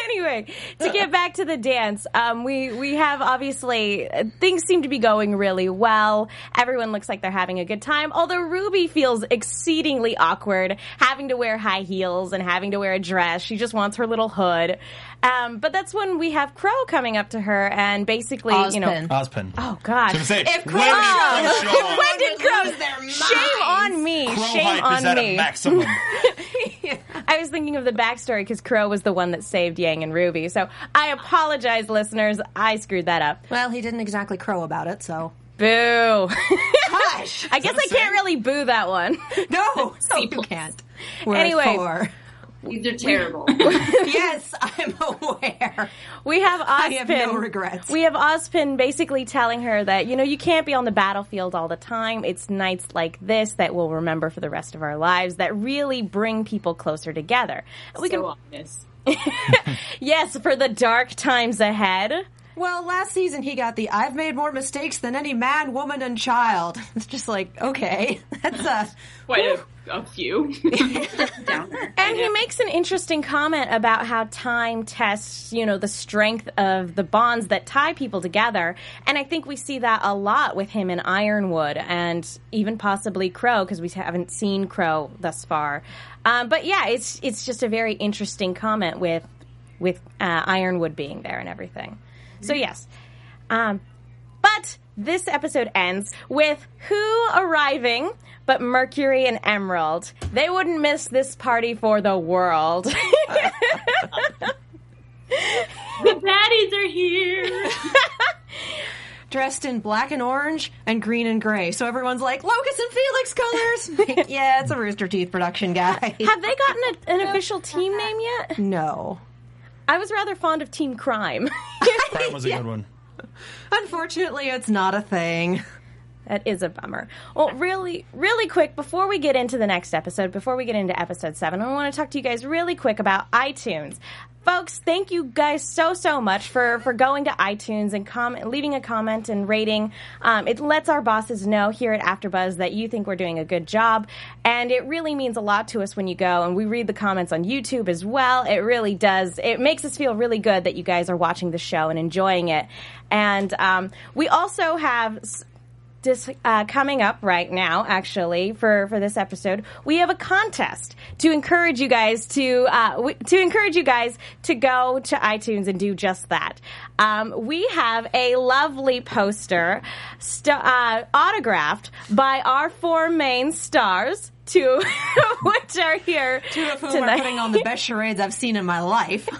[SPEAKER 1] anyway, to get back to the dance, um, we we have obviously uh, things seem to be going really well. Everyone looks like they're having a good time. Although Ruby feels exceedingly awkward, having to wear high heels and having to wear a dress. She just wants her little hood. Um, but that's when we have Crow coming up to her and basically, you know,
[SPEAKER 2] Ozpin.
[SPEAKER 3] Ozpin.
[SPEAKER 1] oh god,
[SPEAKER 3] Gonna say,
[SPEAKER 2] If
[SPEAKER 3] when did
[SPEAKER 2] Crow-
[SPEAKER 3] Crow show up?
[SPEAKER 1] when did Crow?
[SPEAKER 2] Lose their
[SPEAKER 1] Shame on me.
[SPEAKER 3] Crow
[SPEAKER 1] Shame
[SPEAKER 3] hype is
[SPEAKER 1] on
[SPEAKER 3] at
[SPEAKER 1] me.
[SPEAKER 3] a maximum.
[SPEAKER 1] I was thinking of the backstory because Crow was the one that saved Yang and Ruby. So I apologize, listeners. I screwed that up.
[SPEAKER 2] Well, he didn't exactly crow about it, so.
[SPEAKER 1] Boo. I
[SPEAKER 2] Hush!
[SPEAKER 1] guess I can't really boo that one.
[SPEAKER 2] No, no, you can't. We're
[SPEAKER 1] Anyway.
[SPEAKER 2] anyway, four.
[SPEAKER 6] These are terrible.
[SPEAKER 2] yes, I'm aware.
[SPEAKER 1] We have Ozpin.
[SPEAKER 2] have no regrets.
[SPEAKER 1] We have Ozpin basically telling her that, you know, you can't be on the battlefield all the time. It's nights like this that we'll remember for the rest of our lives that really bring people closer together. We
[SPEAKER 4] so
[SPEAKER 1] can,
[SPEAKER 4] obvious.
[SPEAKER 1] yes, for the dark times ahead.
[SPEAKER 2] Well, last season he got the "I've made more mistakes than any man, woman, and child." It's just like, okay, that's uh
[SPEAKER 4] Quite a, a few.
[SPEAKER 1] And he makes an interesting comment about how time tests, you know, the strength of the bonds that tie people together. And I think we see that a lot with him in Ironwood and even possibly Crow because we haven't seen Crow thus far. Um, but yeah, it's it's just a very interesting comment with with uh, Ironwood being there and everything. So yes, um, but this episode ends with who arriving but Mercury and Emerald. They wouldn't miss this party for the world.
[SPEAKER 4] the baddies are here.
[SPEAKER 2] dressed in black and orange and green and gray. So everyone's like, "Locust and Felix colors." yeah, it's a Rooster Teeth production, guy.
[SPEAKER 1] Have they gotten a, an official team name yet?
[SPEAKER 2] no,
[SPEAKER 1] I was rather fond of Team Crime.
[SPEAKER 3] Crime was a good one.
[SPEAKER 2] unfortunately, it's not a thing.
[SPEAKER 1] That is a bummer. Well, really, really quick, before we get into the next episode, before we get into episode seven, I want to talk to you guys really quick about iTunes. Folks, thank you guys so so much for for going to iTunes and comment, leaving a comment and rating. Um, it lets our bosses know here at AfterBuzz that you think we're doing a good job, and it really means a lot to us when you go. And we read the comments on YouTube as well. It really does. It makes us feel really good that you guys are watching the show and enjoying it. And um, we also have s- dis- uh, coming up right now, actually, for, for this episode, we have a contest to encourage you guys to uh, w- to encourage you guys to go to iTunes and do just that. Um, we have a lovely poster st- uh, autographed by our four main stars. Two, which are here
[SPEAKER 2] Two of whom
[SPEAKER 1] tonight.
[SPEAKER 2] are putting on the best charades I've seen in my life.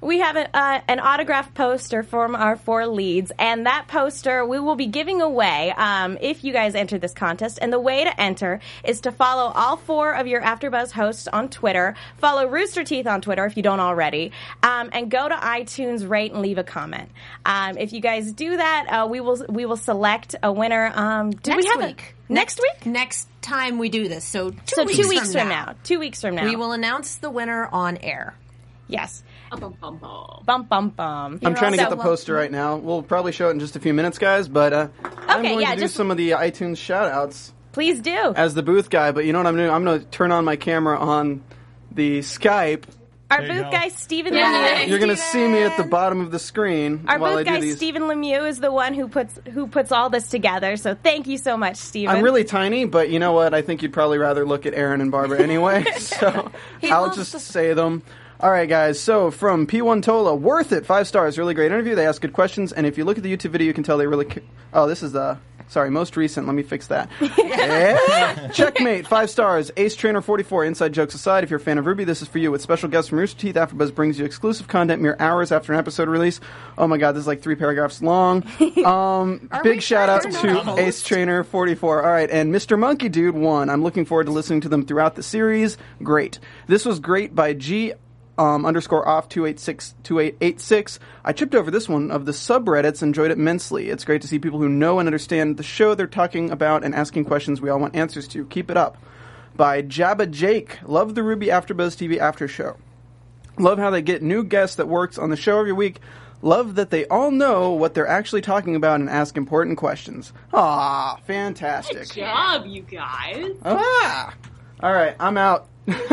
[SPEAKER 1] we have a, uh, an autographed poster from our four leads, and that poster we will be giving away um, if you guys enter this contest. And the way to enter is to follow all four of your AfterBuzz hosts on Twitter, follow Rooster Teeth on Twitter if you don't already, um, and go to iTunes, rate, and leave a comment. Um, if you guys do that, uh, we will we will select a winner. Um, do we
[SPEAKER 2] Next
[SPEAKER 1] have a-
[SPEAKER 2] week.
[SPEAKER 1] next week?
[SPEAKER 2] Next time we do this, so two
[SPEAKER 1] so
[SPEAKER 2] weeks
[SPEAKER 1] two weeks
[SPEAKER 2] from,
[SPEAKER 1] from now. Two weeks from now.
[SPEAKER 2] we will announce the winner on air.
[SPEAKER 1] Yes.
[SPEAKER 6] Bum, bum, bum.
[SPEAKER 1] Bum bum bum.
[SPEAKER 2] I'm
[SPEAKER 1] You're
[SPEAKER 7] trying to
[SPEAKER 1] also-
[SPEAKER 7] get the poster right now. We'll probably show it in just a few minutes, guys. But uh, I'm
[SPEAKER 1] Okay,
[SPEAKER 7] going
[SPEAKER 1] yeah,
[SPEAKER 7] to do
[SPEAKER 1] just-
[SPEAKER 7] some of the iTunes shout-outs
[SPEAKER 1] Please do.
[SPEAKER 7] as the booth guy. But you know what I'm doing? I'm going to turn on my camera on the Skype.
[SPEAKER 1] Our
[SPEAKER 3] There you
[SPEAKER 1] booth
[SPEAKER 3] go.
[SPEAKER 1] guy Stephen
[SPEAKER 6] Yeah.
[SPEAKER 1] Lemieux.
[SPEAKER 7] You're going to see me at the bottom of the screen
[SPEAKER 1] Our
[SPEAKER 7] while I
[SPEAKER 1] booth
[SPEAKER 7] do
[SPEAKER 1] guy
[SPEAKER 7] these.
[SPEAKER 1] Stephen Lemieux is the one who puts who puts all this together. So thank you so much, Stephen.
[SPEAKER 7] I'm really tiny, but you know what? I think you'd probably rather look at Aaron and Barbara anyway. so I'll
[SPEAKER 2] loves
[SPEAKER 7] just
[SPEAKER 2] the-
[SPEAKER 7] say them. All right, guys. So from P1 Tola, worth it. Five stars. Really great interview. They ask good questions, and if you look at the YouTube video, you can tell they really. ca- oh, this is the. Sorry, most recent. Let me fix that. Yeah. Checkmate, five stars. Ace Trainer 44, Inside Jokes aside, if you're a fan of Ruby, this is for you. With special guests from Rooster Teeth, AfterBuzz brings you exclusive content mere hours after an episode release. Oh my god, this is like three paragraphs long. Um, big
[SPEAKER 2] we
[SPEAKER 7] shout out
[SPEAKER 2] sure
[SPEAKER 7] to
[SPEAKER 2] they're not
[SPEAKER 7] Ace Ace Trainer 44. All right, and Mr. Monkey Dude 1. I'm looking forward to listening to them throughout the series. Great. This was great by G um, underscore off 286 2886. I tripped over this one of the subreddits, enjoyed it immensely. It's great to see people who know and understand the show they're talking about and asking questions we all want answers to. Keep it up. By Jabba Jake. Love the Ruby AfterBuzz TV after show. Love how they get new guests that works on the show every week. Love that they all know what they're actually talking about and ask important questions. Ah, fantastic.
[SPEAKER 6] Job, you guys.
[SPEAKER 7] Ah. All right, I'm out.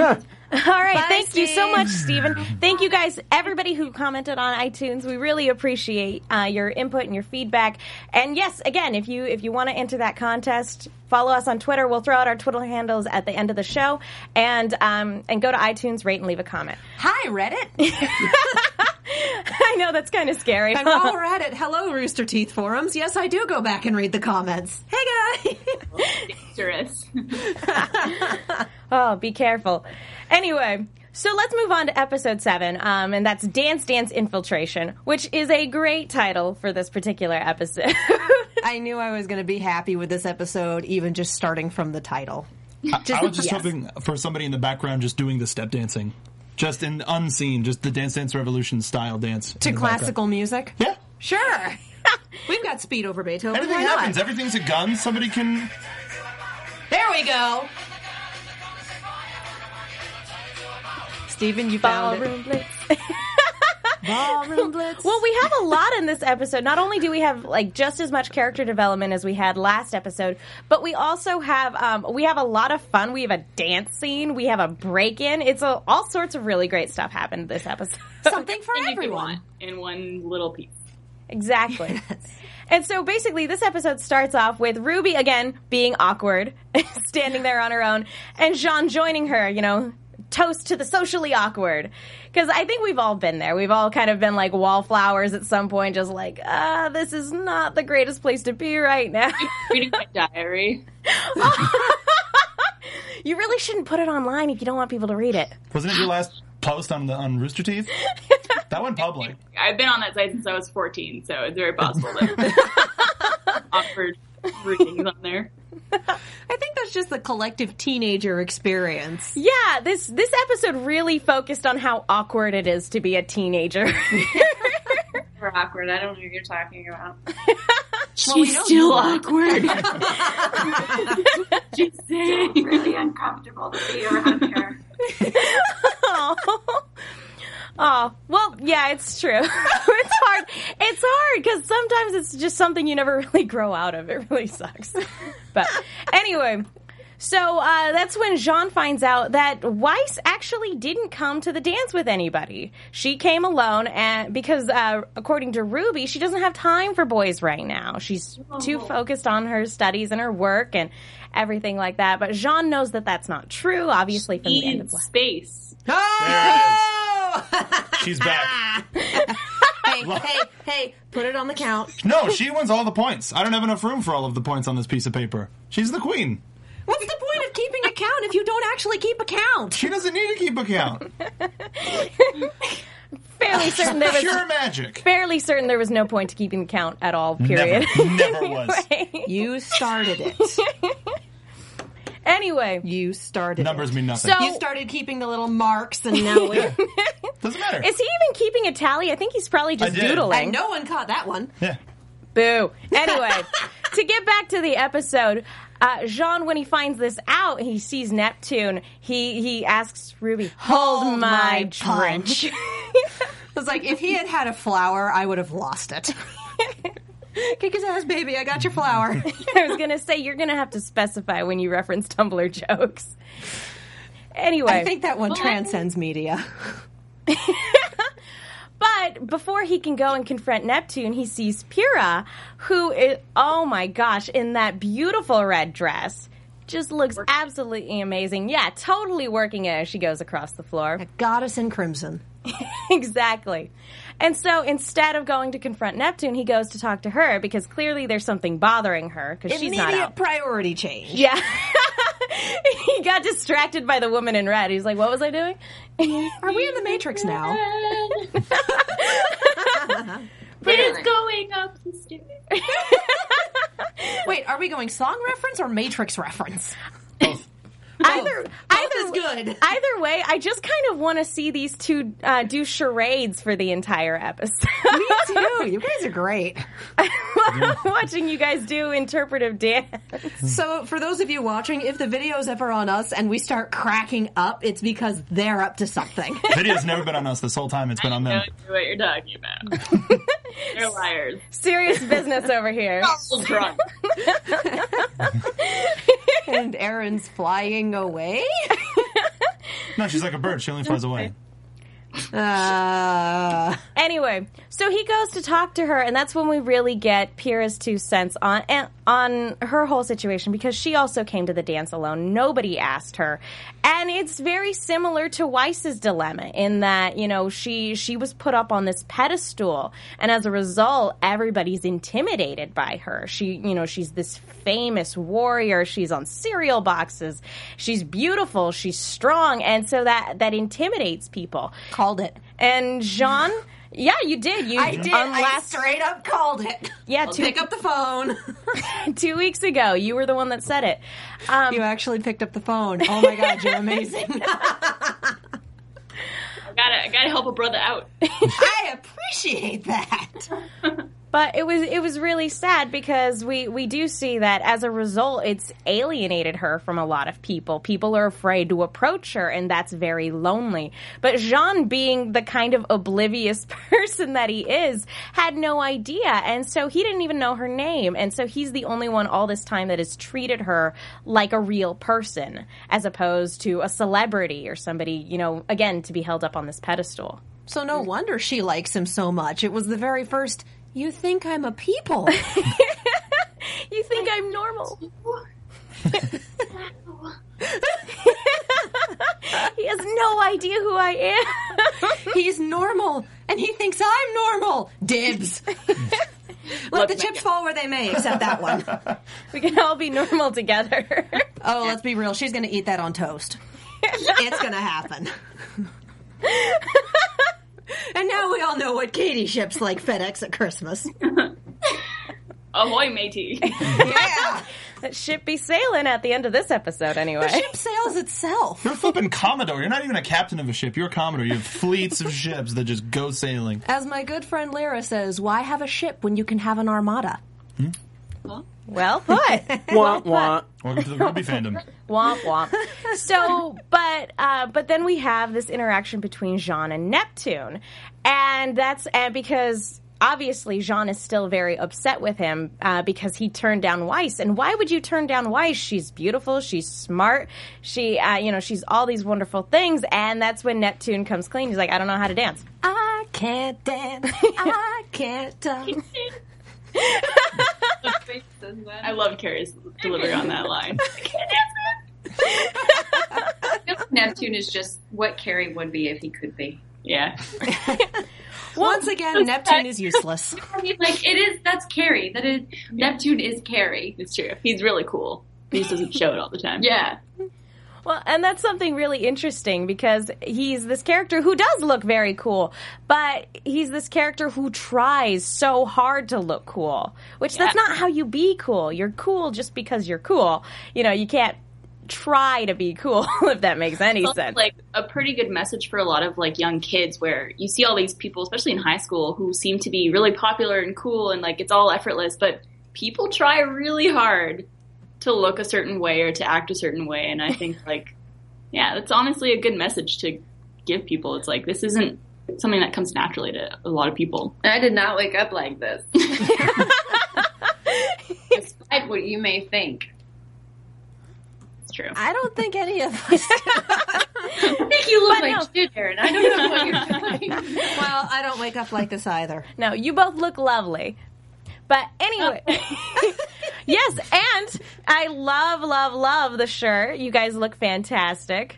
[SPEAKER 1] all right. thank you so much, Stephen. Thank you guys, everybody who commented on iTunes. We really appreciate uh, your input and your feedback. And yes, again, if you if you want to enter that contest, follow us on Twitter. We'll throw out our Twitter handles at the end of the show, and um, and go to iTunes, rate and leave a comment.
[SPEAKER 2] Hi, Reddit.
[SPEAKER 1] I know that's kind of scary.
[SPEAKER 2] And while we're at it, hello, Rooster Teeth forums. Yes, I do go back and read the comments. Hey, guys.
[SPEAKER 6] Dangerous.
[SPEAKER 1] Oh, be careful. Anyway, so let's move on to episode seven, um, and that's Dance Dance Infiltration, which is a great title for this particular episode.
[SPEAKER 2] I knew I was going to be happy with this episode, even just starting from the title.
[SPEAKER 3] I was just
[SPEAKER 2] yes.
[SPEAKER 3] hoping for somebody in the background just doing the step dancing, just in unseen, just the Dance Dance Revolution style dance
[SPEAKER 2] To classical music?
[SPEAKER 3] Yeah,
[SPEAKER 2] Sure. We've got speed over Beethoven.
[SPEAKER 3] everything
[SPEAKER 2] Why not?
[SPEAKER 3] happens. Everything's a gun. Somebody can.
[SPEAKER 2] There we go. Steven, you found it.
[SPEAKER 1] Ballroom Blitz. Well, we have a lot in this episode. Not only do we have like just as much character development as we had last episode, but we also have um, we have a lot of fun. We have a dance scene. We have a break in. It's a, all sorts of really great stuff happened this episode.
[SPEAKER 2] Something for
[SPEAKER 6] Anything you
[SPEAKER 2] everyone.
[SPEAKER 6] want in one little piece.
[SPEAKER 1] Exactly. And so basically, this episode starts off with Ruby again being awkward, standing there on her own, and Jean joining her, you know, toast to the socially awkward. Because I think we've all been there. We've all kind of been like wallflowers at some point, just like, ah, this is not the greatest place to be right now.
[SPEAKER 6] Reading my diary.
[SPEAKER 1] you really shouldn't put it online if you don't want people to read it.
[SPEAKER 3] Wasn't it your last post on the on Rooster Teeth? That went public.
[SPEAKER 6] I've been on that site since I was 14, so it's very possible that awkward readings on there.
[SPEAKER 2] I think that's just the collective teenager experience.
[SPEAKER 1] Yeah, this this episode really focused on how awkward it is to be a teenager.
[SPEAKER 6] Super awkward. I don't know what you're talking about.
[SPEAKER 5] She's still awkward. She's saying.
[SPEAKER 6] really uncomfortable to be around here.
[SPEAKER 1] Oh, well, yeah, it's true. it's hard. It's hard because sometimes it's just something you never really grow out of. It really sucks. But anyway, so uh, that's when Jean finds out that Weiss actually didn't come to the dance with anybody. She came alone, and because uh, according to Ruby, she doesn't have time for boys right now. She's too focused on her studies and her work and everything like that. But Jean knows that that's not true. Obviously, from the end
[SPEAKER 4] in
[SPEAKER 1] of life.
[SPEAKER 4] space.
[SPEAKER 3] There it is. She's back.
[SPEAKER 2] hey, hey, hey, put it on the count.
[SPEAKER 3] No, she wins all the points. I don't have enough room for all of the points on this piece of paper. She's the queen.
[SPEAKER 2] What's the point of keeping a count if you don't actually keep a count?
[SPEAKER 3] She doesn't need to keep a count.
[SPEAKER 1] Fairly certain there was
[SPEAKER 3] Pure magic.
[SPEAKER 1] fairly certain there was no point to keeping count at all. Period.
[SPEAKER 3] Never, never was.
[SPEAKER 1] Oh.
[SPEAKER 2] You started it.
[SPEAKER 1] anyway,
[SPEAKER 2] You started
[SPEAKER 3] Numbers
[SPEAKER 2] it.
[SPEAKER 3] mean nothing.
[SPEAKER 1] so
[SPEAKER 2] You started keeping the little marks, and now we
[SPEAKER 3] Doesn't matter.
[SPEAKER 1] is he even keeping a tally? I think he's probably just
[SPEAKER 3] I did.
[SPEAKER 1] doodling.
[SPEAKER 2] and no one caught that one.
[SPEAKER 3] yeah.
[SPEAKER 1] Boo. Anyway, to get back to the episode, uh, Jean, when he finds this out, he sees Neptune. He he asks Ruby, "Hold,
[SPEAKER 2] Hold
[SPEAKER 1] my
[SPEAKER 2] Oh my
[SPEAKER 1] drench."
[SPEAKER 2] It's like if he had had a flower, I would have lost it. Kick his ass, baby! I got your flower.
[SPEAKER 1] I was gonna say you're gonna have to specify when you reference Tumblr jokes. Anyway,
[SPEAKER 2] I think that one transcends media.
[SPEAKER 1] But before he can go and confront Neptune, he sees Pyrrha, who is, oh my gosh, in that beautiful red dress. Just looks absolutely amazing. Yeah, totally working it as she goes across the floor.
[SPEAKER 2] Goddess in crimson.
[SPEAKER 1] exactly. And so instead of going to confront Neptune, he goes to talk to her because clearly there's something bothering her because she's not
[SPEAKER 2] Immediate
[SPEAKER 1] out.
[SPEAKER 2] priority change.
[SPEAKER 1] yeah. he got distracted by the woman in red. He's like, what was I doing?
[SPEAKER 2] Are we in the Matrix now?
[SPEAKER 6] It is going up the stairs.
[SPEAKER 2] Wait, are we going song reference or Matrix reference?
[SPEAKER 1] either either
[SPEAKER 2] is good.
[SPEAKER 1] Either way, I just kind of want to see these two uh, do charades for the entire episode. Me
[SPEAKER 2] Ew, you guys are great.
[SPEAKER 1] Watching you guys do interpretive dance.
[SPEAKER 2] So, for those of you watching, if the video's ever on us and we start cracking up, it's because they're up to something.
[SPEAKER 3] Video's never been on us this whole time. It's been on them.
[SPEAKER 4] Don't know what you're talking about. They're liars.
[SPEAKER 1] Serious business over here.
[SPEAKER 4] Still drunk.
[SPEAKER 2] and Aaron's flying away.
[SPEAKER 3] No, she's like a bird. She only flies away.
[SPEAKER 2] Uh,
[SPEAKER 1] Anyway, so he goes to talk to her, and that's when we really get Pyrrha's two cents on and on her whole situation because she also came to the dance alone. Nobody asked her, and it's very similar to Weiss's dilemma in that you know she she was put up on this pedestal, and as a result, everybody's intimidated by her. She you know she's this famous warrior. She's on cereal boxes. She's beautiful. She's strong, and so that that intimidates people.
[SPEAKER 2] called it. Um,
[SPEAKER 1] And Jean, yeah, you did. You
[SPEAKER 2] I did.
[SPEAKER 1] on
[SPEAKER 2] I
[SPEAKER 1] last
[SPEAKER 2] straight up called it.
[SPEAKER 1] yeah two,
[SPEAKER 2] Pick up the phone.
[SPEAKER 1] two weeks ago. You were the one that said it. Um,
[SPEAKER 2] you actually picked up the phone. Oh my god, you're amazing.
[SPEAKER 4] I gotta, I gotta help a brother out.
[SPEAKER 2] I appreciate that.
[SPEAKER 1] but it was it was really sad because we we do see that as a result, it's alienated her from a lot of people. People are afraid to approach her, and that's very lonely. But Jean, being the kind of oblivious person that he is, had no idea, and so he didn't even know her name, and so he's the only one all this time that has treated her like a real person as opposed to a celebrity or somebody you know again to be held up on this pedestal.
[SPEAKER 2] So no wonder she likes him so much. It was the very first. You think I'm a people?
[SPEAKER 1] You think I'm normal? he has no idea who I am.
[SPEAKER 2] He's normal, and he thinks I'm normal. Dibs. Let the chips fall where they may, except that one.
[SPEAKER 1] We can all be normal together.
[SPEAKER 2] Oh, let's be real. She's going to eat that on toast. it's going to happen. and now we all know what Katie ships like FedEx at Christmas.
[SPEAKER 4] Ahoy, matey.
[SPEAKER 2] Yeah.
[SPEAKER 1] that ship be sailing at the end of this episode, anyway.
[SPEAKER 2] Ship sails itself.
[SPEAKER 3] You're a flipping commodore. You're not even a captain of a ship. You're a commodore. You have fleets of ships that just go sailing.
[SPEAKER 2] As my good friend Lyra says, why have a ship when you can have an armada?
[SPEAKER 1] Well put.
[SPEAKER 7] Wah, wah.
[SPEAKER 3] Welcome to the Ruby fandom.
[SPEAKER 1] womp womp. So, but uh, but then we have this interaction between Jean and Neptune, and that's uh, because obviously Jean is still very upset with him uh, because he turned down Weiss. And why would you turn down Weiss? She's beautiful, she's smart, she uh, you know she's all these wonderful things. And that's when Neptune comes clean. He's like, I don't know how to dance.
[SPEAKER 2] I can't dance. I can't talk.
[SPEAKER 4] I love Carrie's delivery on that line.
[SPEAKER 6] Neptune is just what Carrie would be if he could be.
[SPEAKER 4] Yeah.
[SPEAKER 2] Once again, Neptune is useless.
[SPEAKER 6] I mean, like it is. That's Carrie. That is Neptune is Carrie.
[SPEAKER 4] It's true. He's really cool. He just doesn't show it all the time.
[SPEAKER 6] Yeah.
[SPEAKER 1] Well, and that's something really interesting because he's this character who does look very cool, but he's this character who tries so hard to look cool, which that's not how you be cool. You're cool just because you're cool. You know, you can't try to be cool if that makes any
[SPEAKER 4] also,
[SPEAKER 1] sense.
[SPEAKER 4] like a pretty good message for a lot of like young kids where you see all these people especially in high school who seem to be really popular and cool and like it's all effortless but people try really hard to look a certain way or to act a certain way and i think like yeah that's honestly a good message to give people it's like this isn't something that comes naturally to a lot of people
[SPEAKER 6] I did not wake up like this. Despite what you may think,
[SPEAKER 4] it's true
[SPEAKER 2] I don't think any of us.
[SPEAKER 6] I think you look like shit, Aaron. I don't know what you're doing.
[SPEAKER 2] well, I don't wake up like this either.
[SPEAKER 1] No, you both look lovely. But anyway, yes, and I love, love, love the shirt. You guys look fantastic.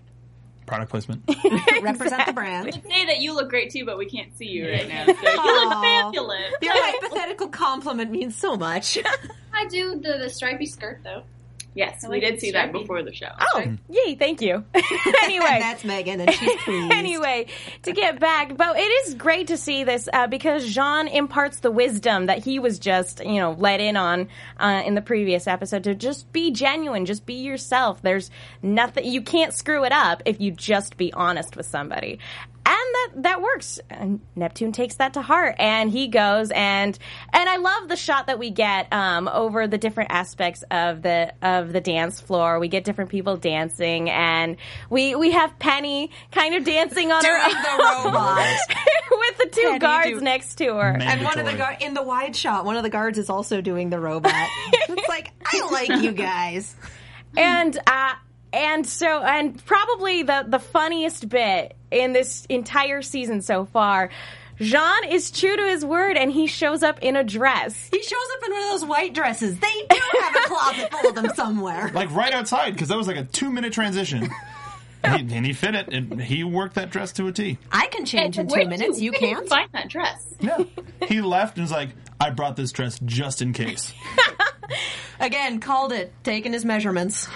[SPEAKER 3] Product placement.
[SPEAKER 2] Represent the brand.
[SPEAKER 4] say that you look great too but we can't see you right now so you look
[SPEAKER 2] Aw.
[SPEAKER 4] fabulous
[SPEAKER 2] Your hypothetical compliment means so much.
[SPEAKER 6] I do the, the stripy skirt though.
[SPEAKER 4] yes
[SPEAKER 6] I
[SPEAKER 4] we
[SPEAKER 6] like
[SPEAKER 4] did
[SPEAKER 6] the
[SPEAKER 4] see that
[SPEAKER 6] stripy.
[SPEAKER 4] before the show
[SPEAKER 1] Oh, yay! Thank you. anyway,
[SPEAKER 2] That's Megan, and she's pleased.
[SPEAKER 1] anyway, to get back, but it is great to see this uh, because Jean imparts the wisdom that he was just, you know, let in on uh, in the previous episode to just be genuine, just be yourself. There's nothing, you can't screw it up if you just be honest with somebody. And that, that works. And Neptune takes that to heart and he goes and, and I love the shot that we get, um, over the different aspects of the, of the dance floor. We get different people dancing and we, we have Penny kind of dancing on her
[SPEAKER 2] Doing the robot.
[SPEAKER 1] with the two
[SPEAKER 2] Penny
[SPEAKER 1] guards
[SPEAKER 2] do-
[SPEAKER 1] next to her.
[SPEAKER 2] And one of the guard in the wide shot, one of the guards is also doing the robot. it's like I like you guys.
[SPEAKER 1] and uh, and so and probably the the funniest bit in this entire season so far. Jean is true to his word, and he shows up in a dress.
[SPEAKER 2] He shows up in one of those white dresses. They do have a closet full of them somewhere.
[SPEAKER 3] like right outside because that was like a two minute transition. and, he, and he fit it. And he worked that dress to a T.
[SPEAKER 2] I can change in
[SPEAKER 6] Where
[SPEAKER 2] two
[SPEAKER 6] did
[SPEAKER 2] minutes. You
[SPEAKER 6] where did
[SPEAKER 2] can't.
[SPEAKER 6] find that dress.
[SPEAKER 3] Yeah. he left and was like, I brought this dress just in case.
[SPEAKER 2] Again, called it. Taking his measurements.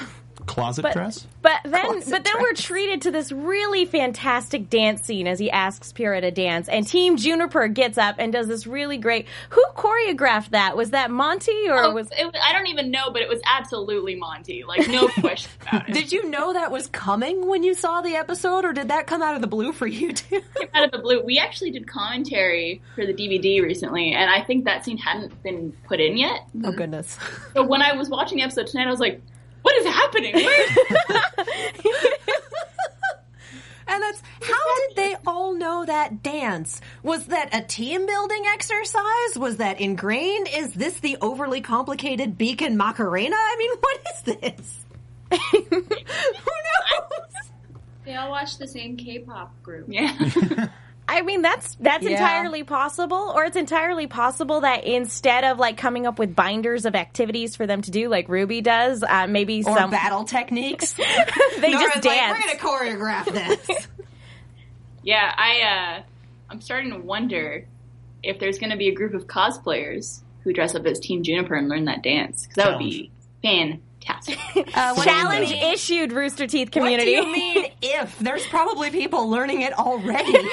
[SPEAKER 3] Closet dress?
[SPEAKER 1] But then,
[SPEAKER 2] Closet
[SPEAKER 1] but then we're treated to this really fantastic dance scene as he asks Pyrrha to dance, and Team Juniper gets up and does this really great. Who choreographed that? Was that Monty or
[SPEAKER 4] Oh,
[SPEAKER 1] was?
[SPEAKER 4] it was- I don't even know, but it was absolutely Monty. Like no question about it.
[SPEAKER 2] Did you know that was coming when you saw the episode, or did that come out of the blue for you too?
[SPEAKER 4] Out of the blue, we actually did commentary for the DVD recently, and I think that scene hadn't been put in yet.
[SPEAKER 2] oh goodness.
[SPEAKER 4] So when I was watching the episode tonight, I was like, "What is happening? Where is
[SPEAKER 2] And that's how did they all know that dance? Was that a team building exercise? Was that ingrained? Is this the overly complicated Beacon Macarena? I mean, what is this? Who knows?
[SPEAKER 6] They all watch the same K-pop group.
[SPEAKER 4] yeah.
[SPEAKER 1] I mean, that's that's
[SPEAKER 2] Yeah.
[SPEAKER 1] entirely possible, or it's entirely possible that instead of like coming up with binders of activities for them to do, like Ruby does, uh, maybe
[SPEAKER 2] Or
[SPEAKER 1] some
[SPEAKER 2] battle techniques? they
[SPEAKER 1] they just dance.
[SPEAKER 2] Like, We're gonna choreograph this.
[SPEAKER 4] Yeah, I uh, I'm starting to wonder if there's going to be a group of cosplayers who dress up as Team Juniper and learn that dance because that would be fantastic.
[SPEAKER 2] Uh, what do you
[SPEAKER 1] Challenge
[SPEAKER 2] mean?
[SPEAKER 1] issued, Rooster Teeth
[SPEAKER 2] What do
[SPEAKER 1] community.
[SPEAKER 2] you mean if? There's probably people learning it already.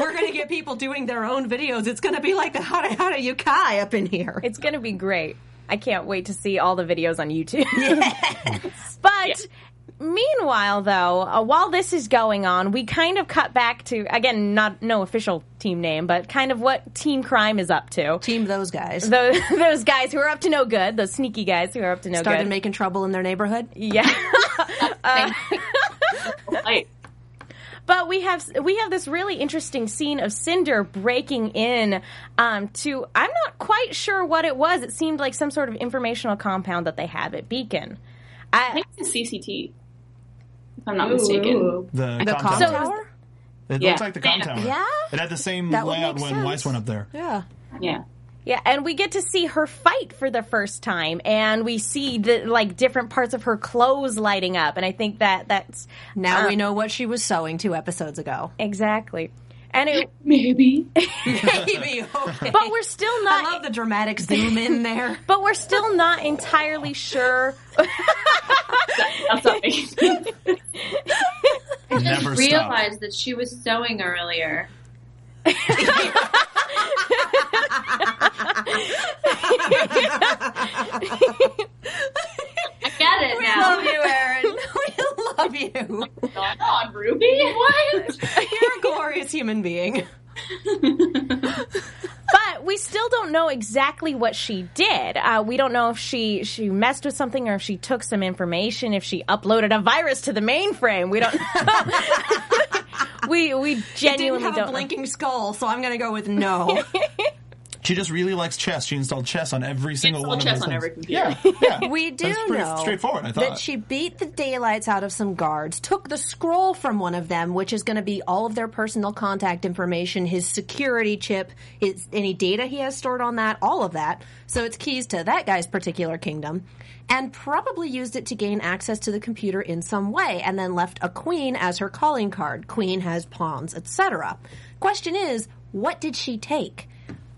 [SPEAKER 2] We're gonna get people doing their own videos. It's gonna be like the Hada Hada Yukai up in here.
[SPEAKER 1] It's going to be great. I can't wait to see all the videos on YouTube. but Meanwhile, though, uh, while this is going on, we kind of cut back to again, not no official team name, but kind of what Team Crime is up to.
[SPEAKER 2] Team those guys.
[SPEAKER 1] Those, those guys who are up to no good, those sneaky guys who are up to no
[SPEAKER 2] Started
[SPEAKER 1] good.
[SPEAKER 2] making trouble in their neighborhood.
[SPEAKER 1] yeah. Uh,
[SPEAKER 4] Like,
[SPEAKER 1] But we have we have this really interesting scene of Cinder breaking in um, to I'm not quite sure what it was. It seemed like some sort of informational compound that they have at Beacon.
[SPEAKER 4] I
[SPEAKER 1] I,
[SPEAKER 4] think it's the CCT. If I'm not mistaken.
[SPEAKER 3] The,
[SPEAKER 2] The
[SPEAKER 3] com
[SPEAKER 2] com
[SPEAKER 3] tower.
[SPEAKER 2] tower?
[SPEAKER 3] It
[SPEAKER 4] Yeah.
[SPEAKER 3] looks like the com tower.
[SPEAKER 2] Yeah.
[SPEAKER 3] It had the same
[SPEAKER 2] That would
[SPEAKER 3] layout
[SPEAKER 2] make
[SPEAKER 3] when
[SPEAKER 2] sense.
[SPEAKER 3] Weiss went up there.
[SPEAKER 2] Yeah.
[SPEAKER 4] Yeah.
[SPEAKER 1] yeah, and we get to see her fight for the first time, and we see the like different parts of her clothes lighting up, and I think that that's
[SPEAKER 2] Now we know what she was sewing two episodes ago.
[SPEAKER 1] exactly. And it,
[SPEAKER 5] Maybe.
[SPEAKER 2] Maybe. Okay.
[SPEAKER 1] but we're still
[SPEAKER 2] I
[SPEAKER 1] not.
[SPEAKER 2] love the dramatic zoom in there.
[SPEAKER 1] but we're still not entirely sure.
[SPEAKER 4] That's not making
[SPEAKER 3] Never stop.
[SPEAKER 6] realized that she was sewing earlier. I get it now.
[SPEAKER 2] you, Aaron. we love you.
[SPEAKER 4] Come on, Ruby. What?
[SPEAKER 2] You're a glorious human being.
[SPEAKER 1] but we still don't know exactly what she did. Uh, we don't know if she she messed with something or if she took some information, if she uploaded a virus to the mainframe. We don't. we we
[SPEAKER 2] Didn't
[SPEAKER 1] genuinely
[SPEAKER 2] have
[SPEAKER 1] don't.
[SPEAKER 2] a blinking skull, so I'm going to go with no.
[SPEAKER 3] She just really likes chess. She installed chess on every single
[SPEAKER 4] installed
[SPEAKER 3] one of
[SPEAKER 4] chess
[SPEAKER 3] those
[SPEAKER 4] on
[SPEAKER 3] things.
[SPEAKER 4] every computer.
[SPEAKER 3] Yeah, yeah.
[SPEAKER 2] We do
[SPEAKER 3] That's pretty
[SPEAKER 2] know
[SPEAKER 3] straightforward, I
[SPEAKER 2] that
[SPEAKER 3] thought.
[SPEAKER 2] she beat the daylights out of some guards, took the scroll from one of them, which is going to be all of their personal contact information, his security chip, his, any data he has stored on that, all of that. So it's keys to that guy's particular kingdom, and probably used it to gain access to the computer in some way, and then left a queen as her calling card. Queen has pawns, etc. Question is, what did she take?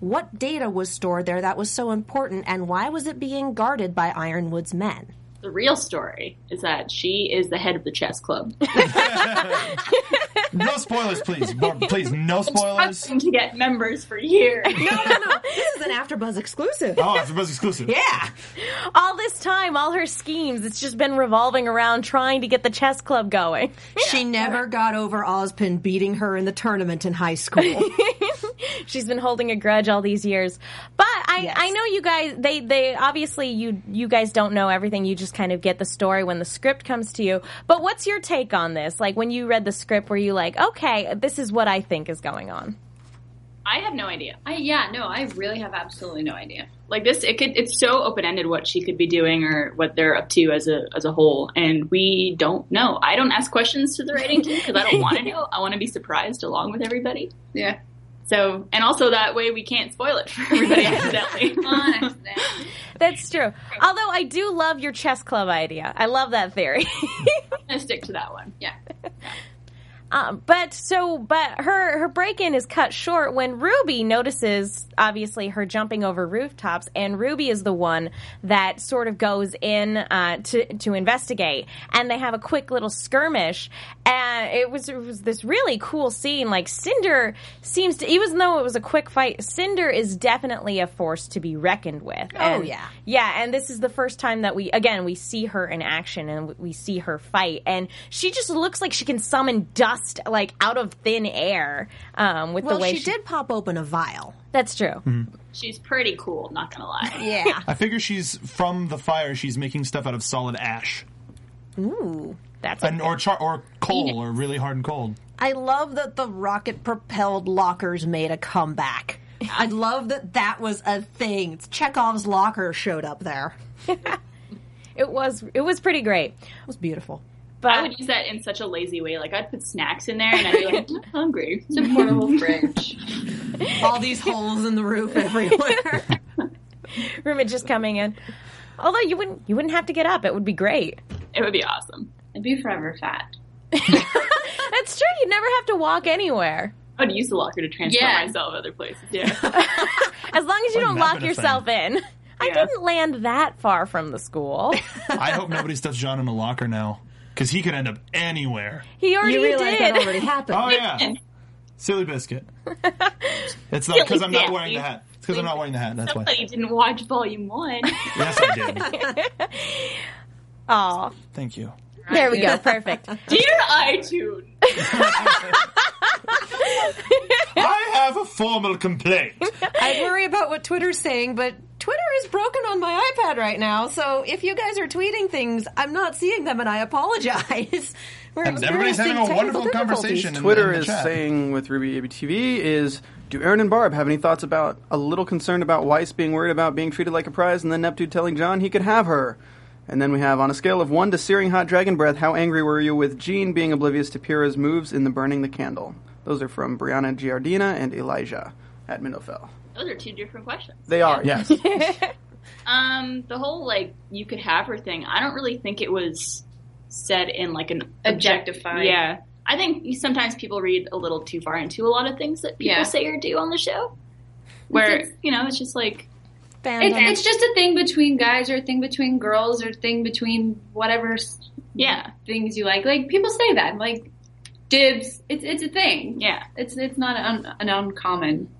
[SPEAKER 2] What data was stored there that was so important, and why was it being guarded by Ironwood's men?
[SPEAKER 4] The real story is that she is the head of the chess club.
[SPEAKER 3] no spoilers, please. Bar- please, no spoilers.
[SPEAKER 4] Struggling to get members for years.
[SPEAKER 2] No, no, no. this is an AfterBuzz exclusive.
[SPEAKER 3] Oh, it's most exclusive.
[SPEAKER 2] Yeah.
[SPEAKER 1] All this time, all her schemes, it's just been revolving around trying to get the chess club going.
[SPEAKER 2] She never got over Ozpin beating her in the tournament in high school.
[SPEAKER 1] She's been holding a grudge all these years. But I,
[SPEAKER 2] Yes.
[SPEAKER 1] I know you guys they, they obviously you you guys don't know everything. You just kind of get the story when the script comes to you. But what's your take on this? Like when you read the script were you like, okay, this is what I think is going on?
[SPEAKER 4] I have no idea. I yeah, no, I really have absolutely no idea. Like this, it could it's so open ended what she could be doing or what they're up to as a as a whole, and we don't know. I don't ask questions to the writing team because I don't want to know. I want to be surprised along with everybody.
[SPEAKER 6] Yeah.
[SPEAKER 4] So, and also that way we can't spoil it for everybody accidentally.
[SPEAKER 6] On accident.
[SPEAKER 1] That's true. Although I do love your chess club idea. I love that theory.
[SPEAKER 4] I'm gonna stick to that one.
[SPEAKER 6] Yeah.
[SPEAKER 1] Um, but so, but her her break in is cut short when Ruby notices obviously her jumping over rooftops, and Ruby is the one that sort of goes in uh, to to investigate, and they have a quick little skirmish, and it was, it was this really cool scene. Like Cinder seems to, even though it was a quick fight, Cinder is definitely a force to be reckoned with. And-
[SPEAKER 2] yeah.
[SPEAKER 1] yeah, and this is the first time that we again we see her in action and we- we see her fight, and she just looks like she can summon dust like out of thin air. Um, with
[SPEAKER 2] well,
[SPEAKER 1] the way
[SPEAKER 2] she, did pop open a vial.
[SPEAKER 1] That's true.
[SPEAKER 3] Mm-hmm.
[SPEAKER 4] She's pretty cool. Not gonna lie.
[SPEAKER 2] Yeah.
[SPEAKER 3] I figure she's from the fire. She's making stuff out of solid ash,
[SPEAKER 2] Ooh.
[SPEAKER 1] That's
[SPEAKER 3] and or char- or coal, or really hard and cold.
[SPEAKER 2] I love that the rocket propelled lockers made a comeback. I love that that was a thing. It's Chekhov's locker showed up there.
[SPEAKER 1] it was it was pretty great.
[SPEAKER 2] It was beautiful.
[SPEAKER 1] But
[SPEAKER 4] I would use that in such a lazy way. Like I'd put snacks in there, and I'd be like, I'm hungry. It's a portable fridge.
[SPEAKER 2] All these holes in the roof everywhere.
[SPEAKER 1] Rumit just coming in. Although you wouldn't you wouldn't have to get up, it would be great.
[SPEAKER 4] It would be awesome.
[SPEAKER 6] I'd be forever fat.
[SPEAKER 1] That's true. You'd never have to walk anywhere
[SPEAKER 4] I would use the locker to transport
[SPEAKER 6] Yeah.
[SPEAKER 4] myself other places. Yeah.
[SPEAKER 1] as long as you
[SPEAKER 3] Wouldn't
[SPEAKER 1] don't
[SPEAKER 3] happen
[SPEAKER 1] lock
[SPEAKER 3] a
[SPEAKER 1] yourself in. I
[SPEAKER 4] Yeah.
[SPEAKER 1] didn't land that far from the school.
[SPEAKER 3] I hope nobody stuffs John in a locker now, because he could end up anywhere.
[SPEAKER 1] He already
[SPEAKER 2] you realize
[SPEAKER 1] did.
[SPEAKER 2] that already happened.
[SPEAKER 3] Oh yeah, silly biscuit. It's not because I'm not wearing the hat. It's because I'm not wearing the hat. That's why.
[SPEAKER 4] Somebody didn't watch volume one.
[SPEAKER 3] Yes, I did.
[SPEAKER 1] Aw.
[SPEAKER 3] Thank you.
[SPEAKER 1] There we go. Perfect.
[SPEAKER 4] Dear iTunes,
[SPEAKER 8] I have a formal complaint.
[SPEAKER 2] I worry about what Twitter's saying, but Twitter is broken on my iPad right now. So if you guys are tweeting things, I'm not seeing them, and I apologize. We're
[SPEAKER 8] And everybody's
[SPEAKER 2] experiencing
[SPEAKER 8] having a
[SPEAKER 2] technical
[SPEAKER 8] wonderful
[SPEAKER 2] difficulties.
[SPEAKER 8] conversation. in-
[SPEAKER 7] Twitter
[SPEAKER 8] in the
[SPEAKER 7] is
[SPEAKER 8] chat.
[SPEAKER 7] saying with Ruby TV is do Aaron and Barb have any thoughts about a little concerned about Weiss being worried about being treated like a prize and then Neptune telling John he could have her? And then we have on a scale of one to searing hot dragon breath, how angry were you with Jean being oblivious to Pyrrha's moves in the burning the candle? Those are from Brianna Giardina and Elijah at Minofell.
[SPEAKER 4] those are two different questions.
[SPEAKER 7] They are, yes.
[SPEAKER 4] Um, the whole like you could have her thing. I don't really think it was said in like an
[SPEAKER 6] Objectifying.
[SPEAKER 4] Yeah, I think sometimes people read a little too far into a lot of things that people
[SPEAKER 6] Yeah.
[SPEAKER 4] say or do on the show. Where
[SPEAKER 6] It's-
[SPEAKER 4] you know it's just like
[SPEAKER 2] Banned
[SPEAKER 6] It's,
[SPEAKER 2] on
[SPEAKER 6] it's just a thing between guys or a thing between girls or a thing between whatever s-
[SPEAKER 4] yeah,
[SPEAKER 6] things you like. Like people say that. Like dibs. It's it's a thing.
[SPEAKER 4] yeah.
[SPEAKER 6] It's it's not an, an uncommon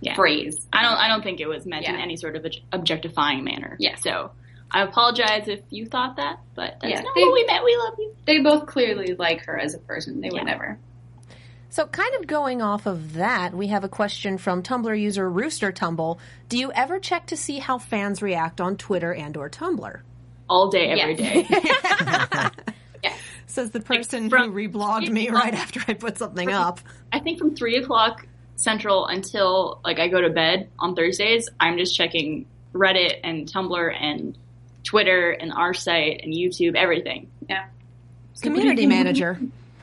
[SPEAKER 4] Yeah.
[SPEAKER 6] phrase.
[SPEAKER 4] I don't I don't think it was meant in
[SPEAKER 6] Yeah.
[SPEAKER 4] any sort of obj- objectifying manner.
[SPEAKER 6] Yeah.
[SPEAKER 4] So I apologize if you thought that, but that's
[SPEAKER 6] Yeah.
[SPEAKER 4] not
[SPEAKER 6] They-
[SPEAKER 4] what we meant. We love you.
[SPEAKER 6] They both clearly like her as a person. They would never.
[SPEAKER 2] So, kind of going off of that, we have a question from Tumblr user Rooster Tumble. Do you ever check to see how fans react on Twitter and/or Tumblr?
[SPEAKER 4] All day, every day.
[SPEAKER 2] Says the person
[SPEAKER 4] from-
[SPEAKER 2] who reblogged me right after I put something up.
[SPEAKER 4] I think from three o'clock central until like I go to bed on Thursdays, I'm just checking Reddit and Tumblr and Twitter and our site and YouTube, everything.
[SPEAKER 6] Yeah.
[SPEAKER 2] Community manager.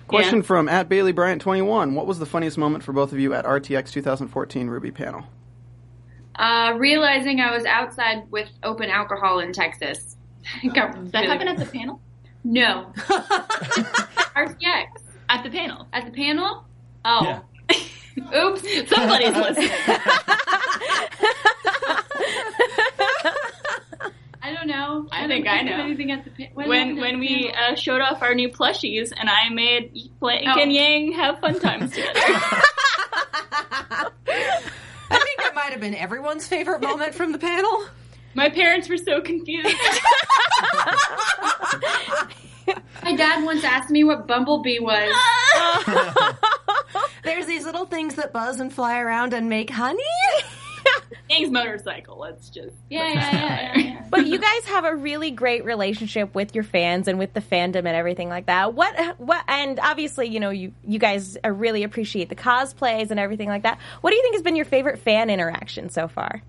[SPEAKER 7] Question from at Bailey Bryant twenty one. What was the funniest moment for both of you at RTX 2014 Ruby panel?
[SPEAKER 6] Uh, realizing I was outside with open alcohol in Texas. I got
[SPEAKER 4] That
[SPEAKER 6] really-
[SPEAKER 4] happened at the panel.
[SPEAKER 6] no
[SPEAKER 4] RTX at the panel.
[SPEAKER 6] at the panel. Oh,
[SPEAKER 3] Yeah.
[SPEAKER 6] oops.
[SPEAKER 4] Somebody's listening.
[SPEAKER 6] I don't know.
[SPEAKER 4] I
[SPEAKER 6] don't
[SPEAKER 4] think I
[SPEAKER 6] of
[SPEAKER 4] know.
[SPEAKER 6] anything at the pa- what
[SPEAKER 4] When
[SPEAKER 6] happened at
[SPEAKER 4] when
[SPEAKER 6] the
[SPEAKER 4] we
[SPEAKER 6] panel?
[SPEAKER 4] uh, showed off our new plushies and I made Blank
[SPEAKER 6] Oh.
[SPEAKER 4] and Yang have fun times together.
[SPEAKER 2] I think that might have been everyone's favorite moment from the panel.
[SPEAKER 4] My parents were so confused.
[SPEAKER 6] my dad once asked me what bumblebee was.
[SPEAKER 2] There's these little things that buzz and fly around and make honey.
[SPEAKER 4] Yang's motorcycle. Let's just
[SPEAKER 6] yeah, yeah, yeah, yeah, yeah.
[SPEAKER 1] but you guys have a really great relationship with your fans and with the fandom and everything like that. What what and obviously, you know, you you guys uh, really appreciate the cosplays and everything like that. What do you think has been your favorite fan interaction so far?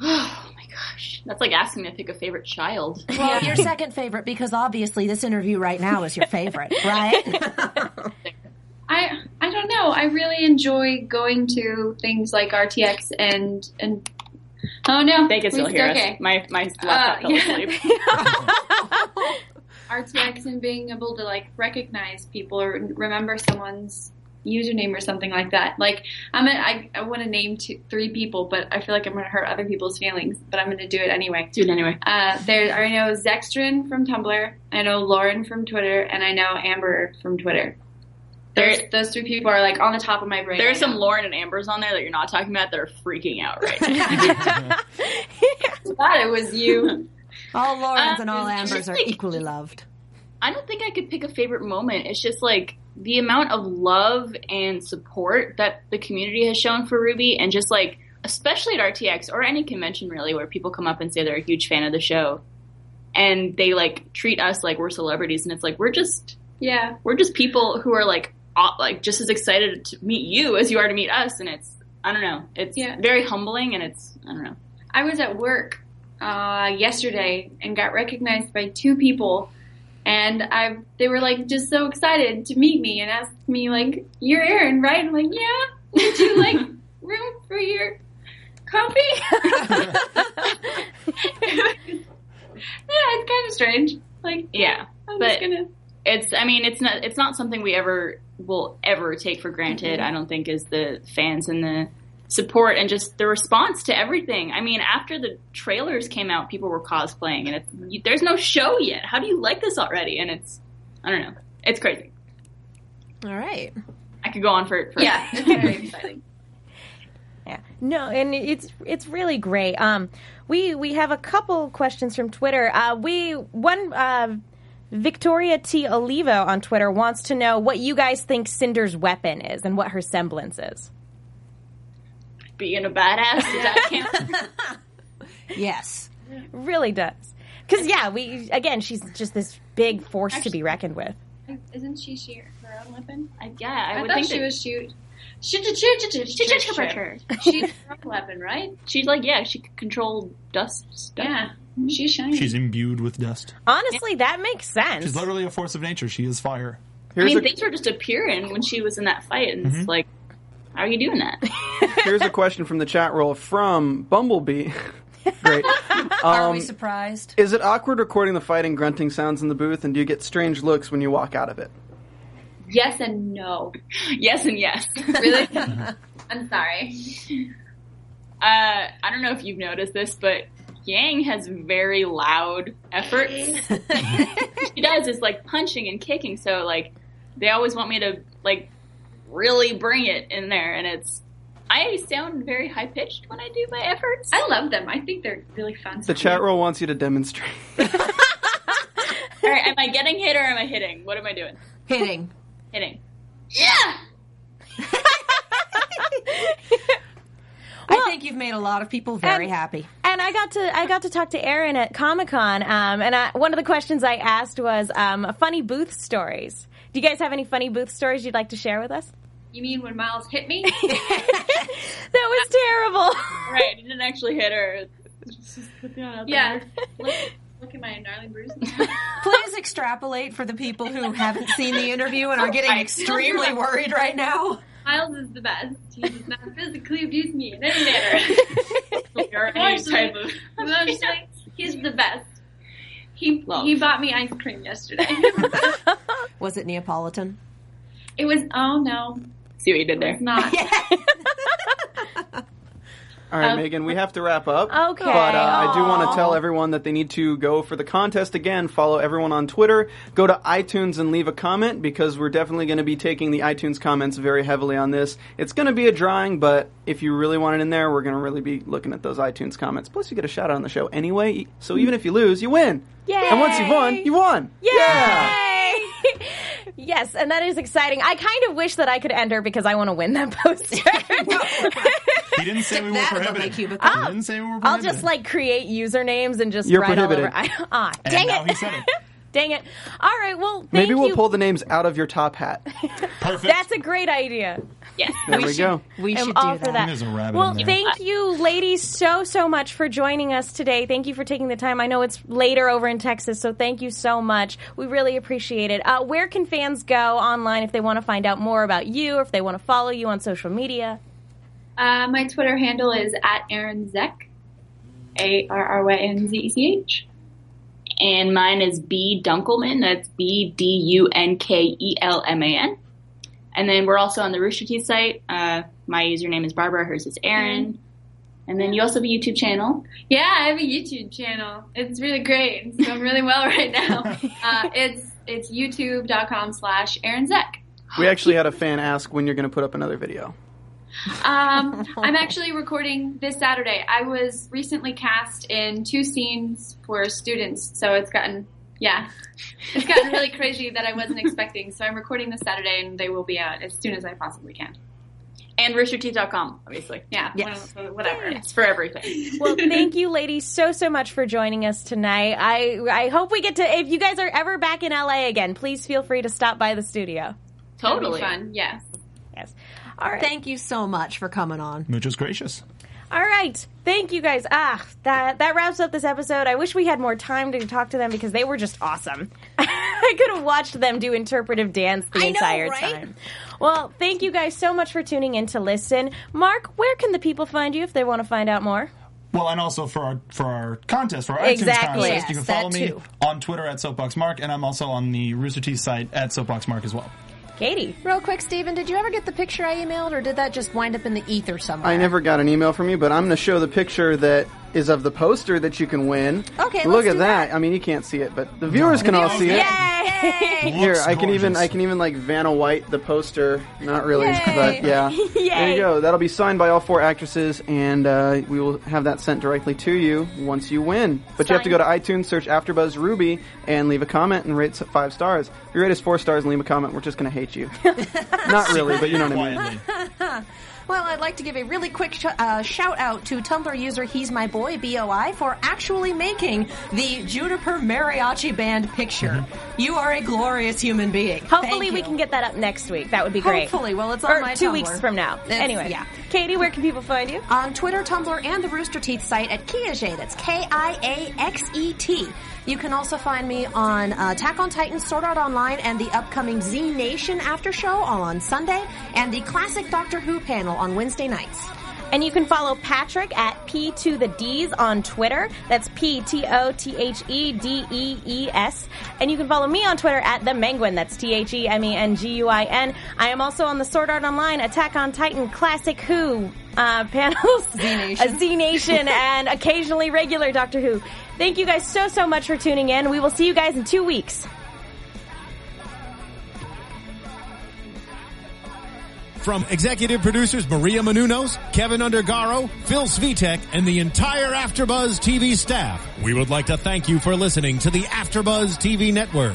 [SPEAKER 4] Oh my gosh, that's like asking me to pick a favorite child.
[SPEAKER 2] Well, your second favorite because obviously this interview right now is your favorite, right?
[SPEAKER 6] I I don't know. I really enjoy going to things like RTX and and oh no,
[SPEAKER 4] They can still
[SPEAKER 6] we-
[SPEAKER 4] hear
[SPEAKER 6] okay. Uh,
[SPEAKER 4] us. My my laptop fell
[SPEAKER 6] yeah.
[SPEAKER 4] asleep.
[SPEAKER 6] RTX and being able to like recognize people or remember someone's username or something like that. Like I'm a, I I want to name two, three people, but I feel like I'm going to hurt other people's feelings. But I'm going to do it anyway.
[SPEAKER 4] Dude, anyway.
[SPEAKER 6] Uh, there, I know Zextrin from Tumblr. I know Lauren from Twitter, and I know Amber from Twitter. Those,
[SPEAKER 4] There-
[SPEAKER 6] those three people are like on the top of my brain.
[SPEAKER 4] There are
[SPEAKER 6] right
[SPEAKER 4] some
[SPEAKER 6] now.
[SPEAKER 4] Lauren and Ambers on there that you're not talking about that are freaking out right now.
[SPEAKER 6] I thought it was you.
[SPEAKER 2] all Laurens and all
[SPEAKER 4] Um,
[SPEAKER 2] Ambers are equally loved.
[SPEAKER 4] I don't think I could pick a favorite moment. It's just like the amount of love and support that the community has shown for Ruby, and just like, especially at RTX or any convention really, where people come up and say they're a huge fan of the show, and they like treat us like we're celebrities, and it's like we're just
[SPEAKER 6] yeah,
[SPEAKER 4] we're just people who are like aw- like just as excited to meet you as you are to meet us, and it's I don't know, it's
[SPEAKER 6] Yeah.
[SPEAKER 4] very humbling, and it's I don't know.
[SPEAKER 6] I was at work uh, yesterday and got recognized by two people, and I they were like just so excited to meet me and asked me like, "You're Aaron, right?" I'm like, "Yeah." Would you like room for your coffee? yeah, it's kind of strange. Like,
[SPEAKER 4] Yeah,
[SPEAKER 6] I'm
[SPEAKER 4] but
[SPEAKER 6] just gonna.
[SPEAKER 4] it's I mean it's not it's not something we ever will ever take for granted.
[SPEAKER 6] Mm-hmm.
[SPEAKER 4] I don't think is the fans and the support and just the response to everything. I mean, after the trailers came out, people were cosplaying, and it's, you, there's no show yet. How do you like this already? And it's I don't know, it's crazy.
[SPEAKER 2] All right.
[SPEAKER 4] I could go on for for
[SPEAKER 6] Yeah, it's very exciting.
[SPEAKER 1] Yeah. No, and it's it's really great. Um, we we have a couple questions from Twitter. Uh, we one uh, Victoria T. Olivo on Twitter wants to know what you guys think Cinder's weapon is and what her semblance is.
[SPEAKER 4] Being a badass, does that count?
[SPEAKER 2] Yes.
[SPEAKER 1] Really does. Because, yeah, we, again, she's just this big force to be reckoned with.
[SPEAKER 6] Isn't she sheer her own weapon?
[SPEAKER 4] I- yeah, I,
[SPEAKER 6] I,
[SPEAKER 4] would
[SPEAKER 6] thought
[SPEAKER 4] think
[SPEAKER 6] she
[SPEAKER 4] that-
[SPEAKER 6] was shoot.
[SPEAKER 4] She did. She did. She did. She did. She did.
[SPEAKER 6] She's her own weapon, right?
[SPEAKER 4] She's like, yeah, she could control dust stuff.
[SPEAKER 6] Yeah, she's shiny.
[SPEAKER 3] She's imbued with dust.
[SPEAKER 1] Honestly, that makes sense.
[SPEAKER 3] She's literally a force of nature. She is fire.
[SPEAKER 4] I
[SPEAKER 7] Here's
[SPEAKER 4] mean,
[SPEAKER 7] a,
[SPEAKER 4] things were just appearing when she was in that fight, and
[SPEAKER 6] Mm-hmm.
[SPEAKER 4] it's like, how are you doing that?
[SPEAKER 7] here's a question from the chat roll from Bumblebee. Great. Um,
[SPEAKER 2] Are we surprised?
[SPEAKER 7] Is it awkward recording the fighting grunting sounds in the booth, and do you get strange looks when you walk out of it?
[SPEAKER 6] Yes and no.
[SPEAKER 4] yes and yes.
[SPEAKER 6] Really? I'm sorry.
[SPEAKER 4] Uh, I don't know if you've noticed this, but Yang has very loud efforts. she does is like punching and kicking, so like they always want me to like really bring it in there, and it's I sound very high pitched when I do my efforts.
[SPEAKER 6] I love them. I think they're really fun.
[SPEAKER 7] The chat roll wants you to demonstrate.
[SPEAKER 4] All right, am I getting hit or am I hitting? What am I doing?
[SPEAKER 2] Hitting.
[SPEAKER 4] Hitting.
[SPEAKER 2] I think you've made a lot of people very
[SPEAKER 1] And-
[SPEAKER 2] happy.
[SPEAKER 1] And I got to I got to talk to Aaron at Comic Con, um, and I, one of the questions I asked was um, funny booth stories. Do you guys have any funny booth stories you'd like to share with us?
[SPEAKER 6] You mean when Miles hit me?
[SPEAKER 1] That was terrible.
[SPEAKER 4] Right, I didn't actually hit her. Just put that out
[SPEAKER 6] yeah.
[SPEAKER 4] there.
[SPEAKER 6] Look, look at my gnarly bruises.
[SPEAKER 2] Please extrapolate for the people who haven't seen the interview and are getting extremely worried right now.
[SPEAKER 6] Miles is the best. He does not physically abuse me in any manner.
[SPEAKER 4] Or any type of.
[SPEAKER 6] Emotionally, he's the best. He
[SPEAKER 4] Love.
[SPEAKER 6] he bought me ice cream yesterday.
[SPEAKER 2] Was it Neapolitan?
[SPEAKER 6] it was oh no,
[SPEAKER 4] See what you did there.
[SPEAKER 6] not.
[SPEAKER 7] All right, Megan, we have to wrap up.
[SPEAKER 1] Oh. Okay.
[SPEAKER 7] But uh, I do want to tell everyone that they need to go for the contest again. Follow everyone on Twitter. Go to iTunes and leave a comment because we're definitely going to be taking the iTunes comments very heavily on this. It's going to be a drawing, but if you really want it in there, we're going to really be looking at those iTunes comments. Plus, you get a shout out on the show anyway. So even if you lose, you win.
[SPEAKER 1] Mm. Yay!
[SPEAKER 7] And once you won, you won.
[SPEAKER 1] Yay!
[SPEAKER 7] Yeah.
[SPEAKER 1] yes, and that is exciting. I kind of wish that I could enter because I want to win that poster.
[SPEAKER 3] He didn't say we were
[SPEAKER 2] That is a
[SPEAKER 3] prohibited.
[SPEAKER 2] big
[SPEAKER 3] He
[SPEAKER 2] cubicle.
[SPEAKER 3] didn't say we
[SPEAKER 1] oh.
[SPEAKER 3] were
[SPEAKER 1] I'll
[SPEAKER 3] prohibited.
[SPEAKER 1] just like create usernames and just
[SPEAKER 7] You're
[SPEAKER 1] write
[SPEAKER 7] prohibited.
[SPEAKER 1] all over. Ah,
[SPEAKER 3] And
[SPEAKER 1] dang
[SPEAKER 3] now
[SPEAKER 1] it!
[SPEAKER 3] he said it.
[SPEAKER 1] Dang it! All right, well, thank
[SPEAKER 7] Maybe we'll
[SPEAKER 1] you.
[SPEAKER 7] pull the names out of your top hat.
[SPEAKER 3] Perfect.
[SPEAKER 1] That's a great idea.
[SPEAKER 4] Yes.
[SPEAKER 7] There we go.
[SPEAKER 2] We
[SPEAKER 1] I'm
[SPEAKER 2] should do
[SPEAKER 1] all
[SPEAKER 2] that.
[SPEAKER 1] for that.
[SPEAKER 3] There's a rabbit
[SPEAKER 1] well,
[SPEAKER 3] in there.
[SPEAKER 1] thank you, ladies, so so much for joining us today. Thank you for taking the time. I know it's later over in Texas, so thank you so much. We really appreciate it. Uh, where can fans go online if they want to find out more about you, or if they want to follow you on social media?
[SPEAKER 6] Uh, my Twitter handle is at Aaron Zek, A R R Y N Z E C H.
[SPEAKER 4] And mine is B Dunkelman. That's B D U N K E L M A N. And then we're also on the Rooster Teeth site. Uh, my username is Barbara. Hers is Aaron.
[SPEAKER 6] Mm-hmm.
[SPEAKER 4] And then you also have a YouTube channel.
[SPEAKER 6] Yeah, I have a YouTube channel. It's really great. It's going really well right now. Uh, it's it's youtube.com slash Aaron Zek.
[SPEAKER 7] We actually had a fan ask when you're going to put up another video.
[SPEAKER 6] Um, I'm actually recording this Saturday. I was recently cast in two scenes for students, so it's gotten yeah, it's gotten really crazy that I wasn't expecting. So I'm recording this Saturday, and they will be out as soon as I possibly can.
[SPEAKER 4] And roosterteeth.com, obviously.
[SPEAKER 6] Yeah,
[SPEAKER 2] Yes.
[SPEAKER 6] well, whatever.
[SPEAKER 4] It's for everything.
[SPEAKER 1] Well, thank you, ladies, so so much for joining us tonight. I I hope we get to. If you guys are ever back in LA again, please feel free to stop by the studio.
[SPEAKER 6] That'll be
[SPEAKER 4] Totally.
[SPEAKER 6] fun. Yes.
[SPEAKER 1] Yes. All right.
[SPEAKER 2] Thank you so much for coming on.
[SPEAKER 3] Much is gracious.
[SPEAKER 1] All right. Thank you guys. Ah, that that wraps up this episode. I wish we had more time to talk to them because they were just awesome. I could have watched them do interpretive dance the
[SPEAKER 2] I know,
[SPEAKER 1] entire
[SPEAKER 2] right?
[SPEAKER 1] time. Well, thank you guys so much for tuning in to listen. Mark, where can the people find you if they want to find out more?
[SPEAKER 3] Well, and also for our for our contest, for our iTunes
[SPEAKER 1] Exactly.
[SPEAKER 3] contest,
[SPEAKER 1] Yes,
[SPEAKER 3] you can
[SPEAKER 2] that
[SPEAKER 3] follow me
[SPEAKER 2] too.
[SPEAKER 3] on Twitter at SoapboxMark, and I'm also on the Rooster Teeth site at SoapboxMark as well.
[SPEAKER 1] Katie.
[SPEAKER 2] Real quick, Steven, did you ever get the picture I emailed, or did that just wind up in the ether somewhere?
[SPEAKER 7] I never got an email from you, but I'm going to show the picture that is of the poster that you can win.
[SPEAKER 2] Okay, let's
[SPEAKER 7] look at
[SPEAKER 2] do
[SPEAKER 7] that.
[SPEAKER 2] that.
[SPEAKER 7] I mean, you can't see it, but the viewers can all see it.
[SPEAKER 1] Yay!
[SPEAKER 7] Here,
[SPEAKER 8] Looks
[SPEAKER 7] I can even
[SPEAKER 8] gorgeous.
[SPEAKER 7] I can even like Vanna White the poster. Not really,
[SPEAKER 2] Yay.
[SPEAKER 7] but yeah. There
[SPEAKER 1] Yay.
[SPEAKER 7] you go. That'll be signed by all four actresses, and uh, we will have that sent directly to you once you win. But you have to go to iTunes, search AfterBuzz Ruby, and leave a comment and rate us at five stars. If you rate us four stars and leave a comment, we're just gonna hate you. Not really, but you know what I mean.
[SPEAKER 3] Quietly.
[SPEAKER 2] Well, I'd like to give a really quick sh- uh, shout out to Tumblr user He's My Boy BOI for actually making the Juniper Mariachi Band picture. You are a glorious human being.
[SPEAKER 1] Hopefully,
[SPEAKER 2] Thank
[SPEAKER 1] we
[SPEAKER 2] you.
[SPEAKER 1] can get that up next week. That would be great.
[SPEAKER 2] Hopefully. Well, it's on
[SPEAKER 1] or
[SPEAKER 2] my
[SPEAKER 1] two
[SPEAKER 2] Tumblr.
[SPEAKER 1] weeks from now.
[SPEAKER 2] It's-
[SPEAKER 1] anyway,
[SPEAKER 2] yeah.
[SPEAKER 1] Katie, where can people find you?
[SPEAKER 2] on Twitter, Tumblr, and the Rooster Teeth site at Kiaxet. That's K-I-A-X-E-T. E You can also find me on uh, Attack on Titan, Sword Art Online, and the upcoming Z Nation after show all on Sunday, and the classic Doctor Who panel on Wednesday nights.
[SPEAKER 1] And you can follow Patrick at P to the D's on Twitter. That's P T O T H E D E E S. And you can follow me on Twitter at the Menguin. That's T H E M E N G U I N. I am also on the Sword Art Online, Attack on Titan, Classic Who uh, panels, Z
[SPEAKER 2] Nation.
[SPEAKER 1] Z Nation, and occasionally regular Doctor Who. Thank you guys so so much for tuning in. We will see you guys in two weeks.
[SPEAKER 9] From executive producers Maria Manunos, Kevin Undergaro, Phil Svitek, and the entire Afterbuzz TV staff, we would like to thank you for listening to the Afterbuzz TV network.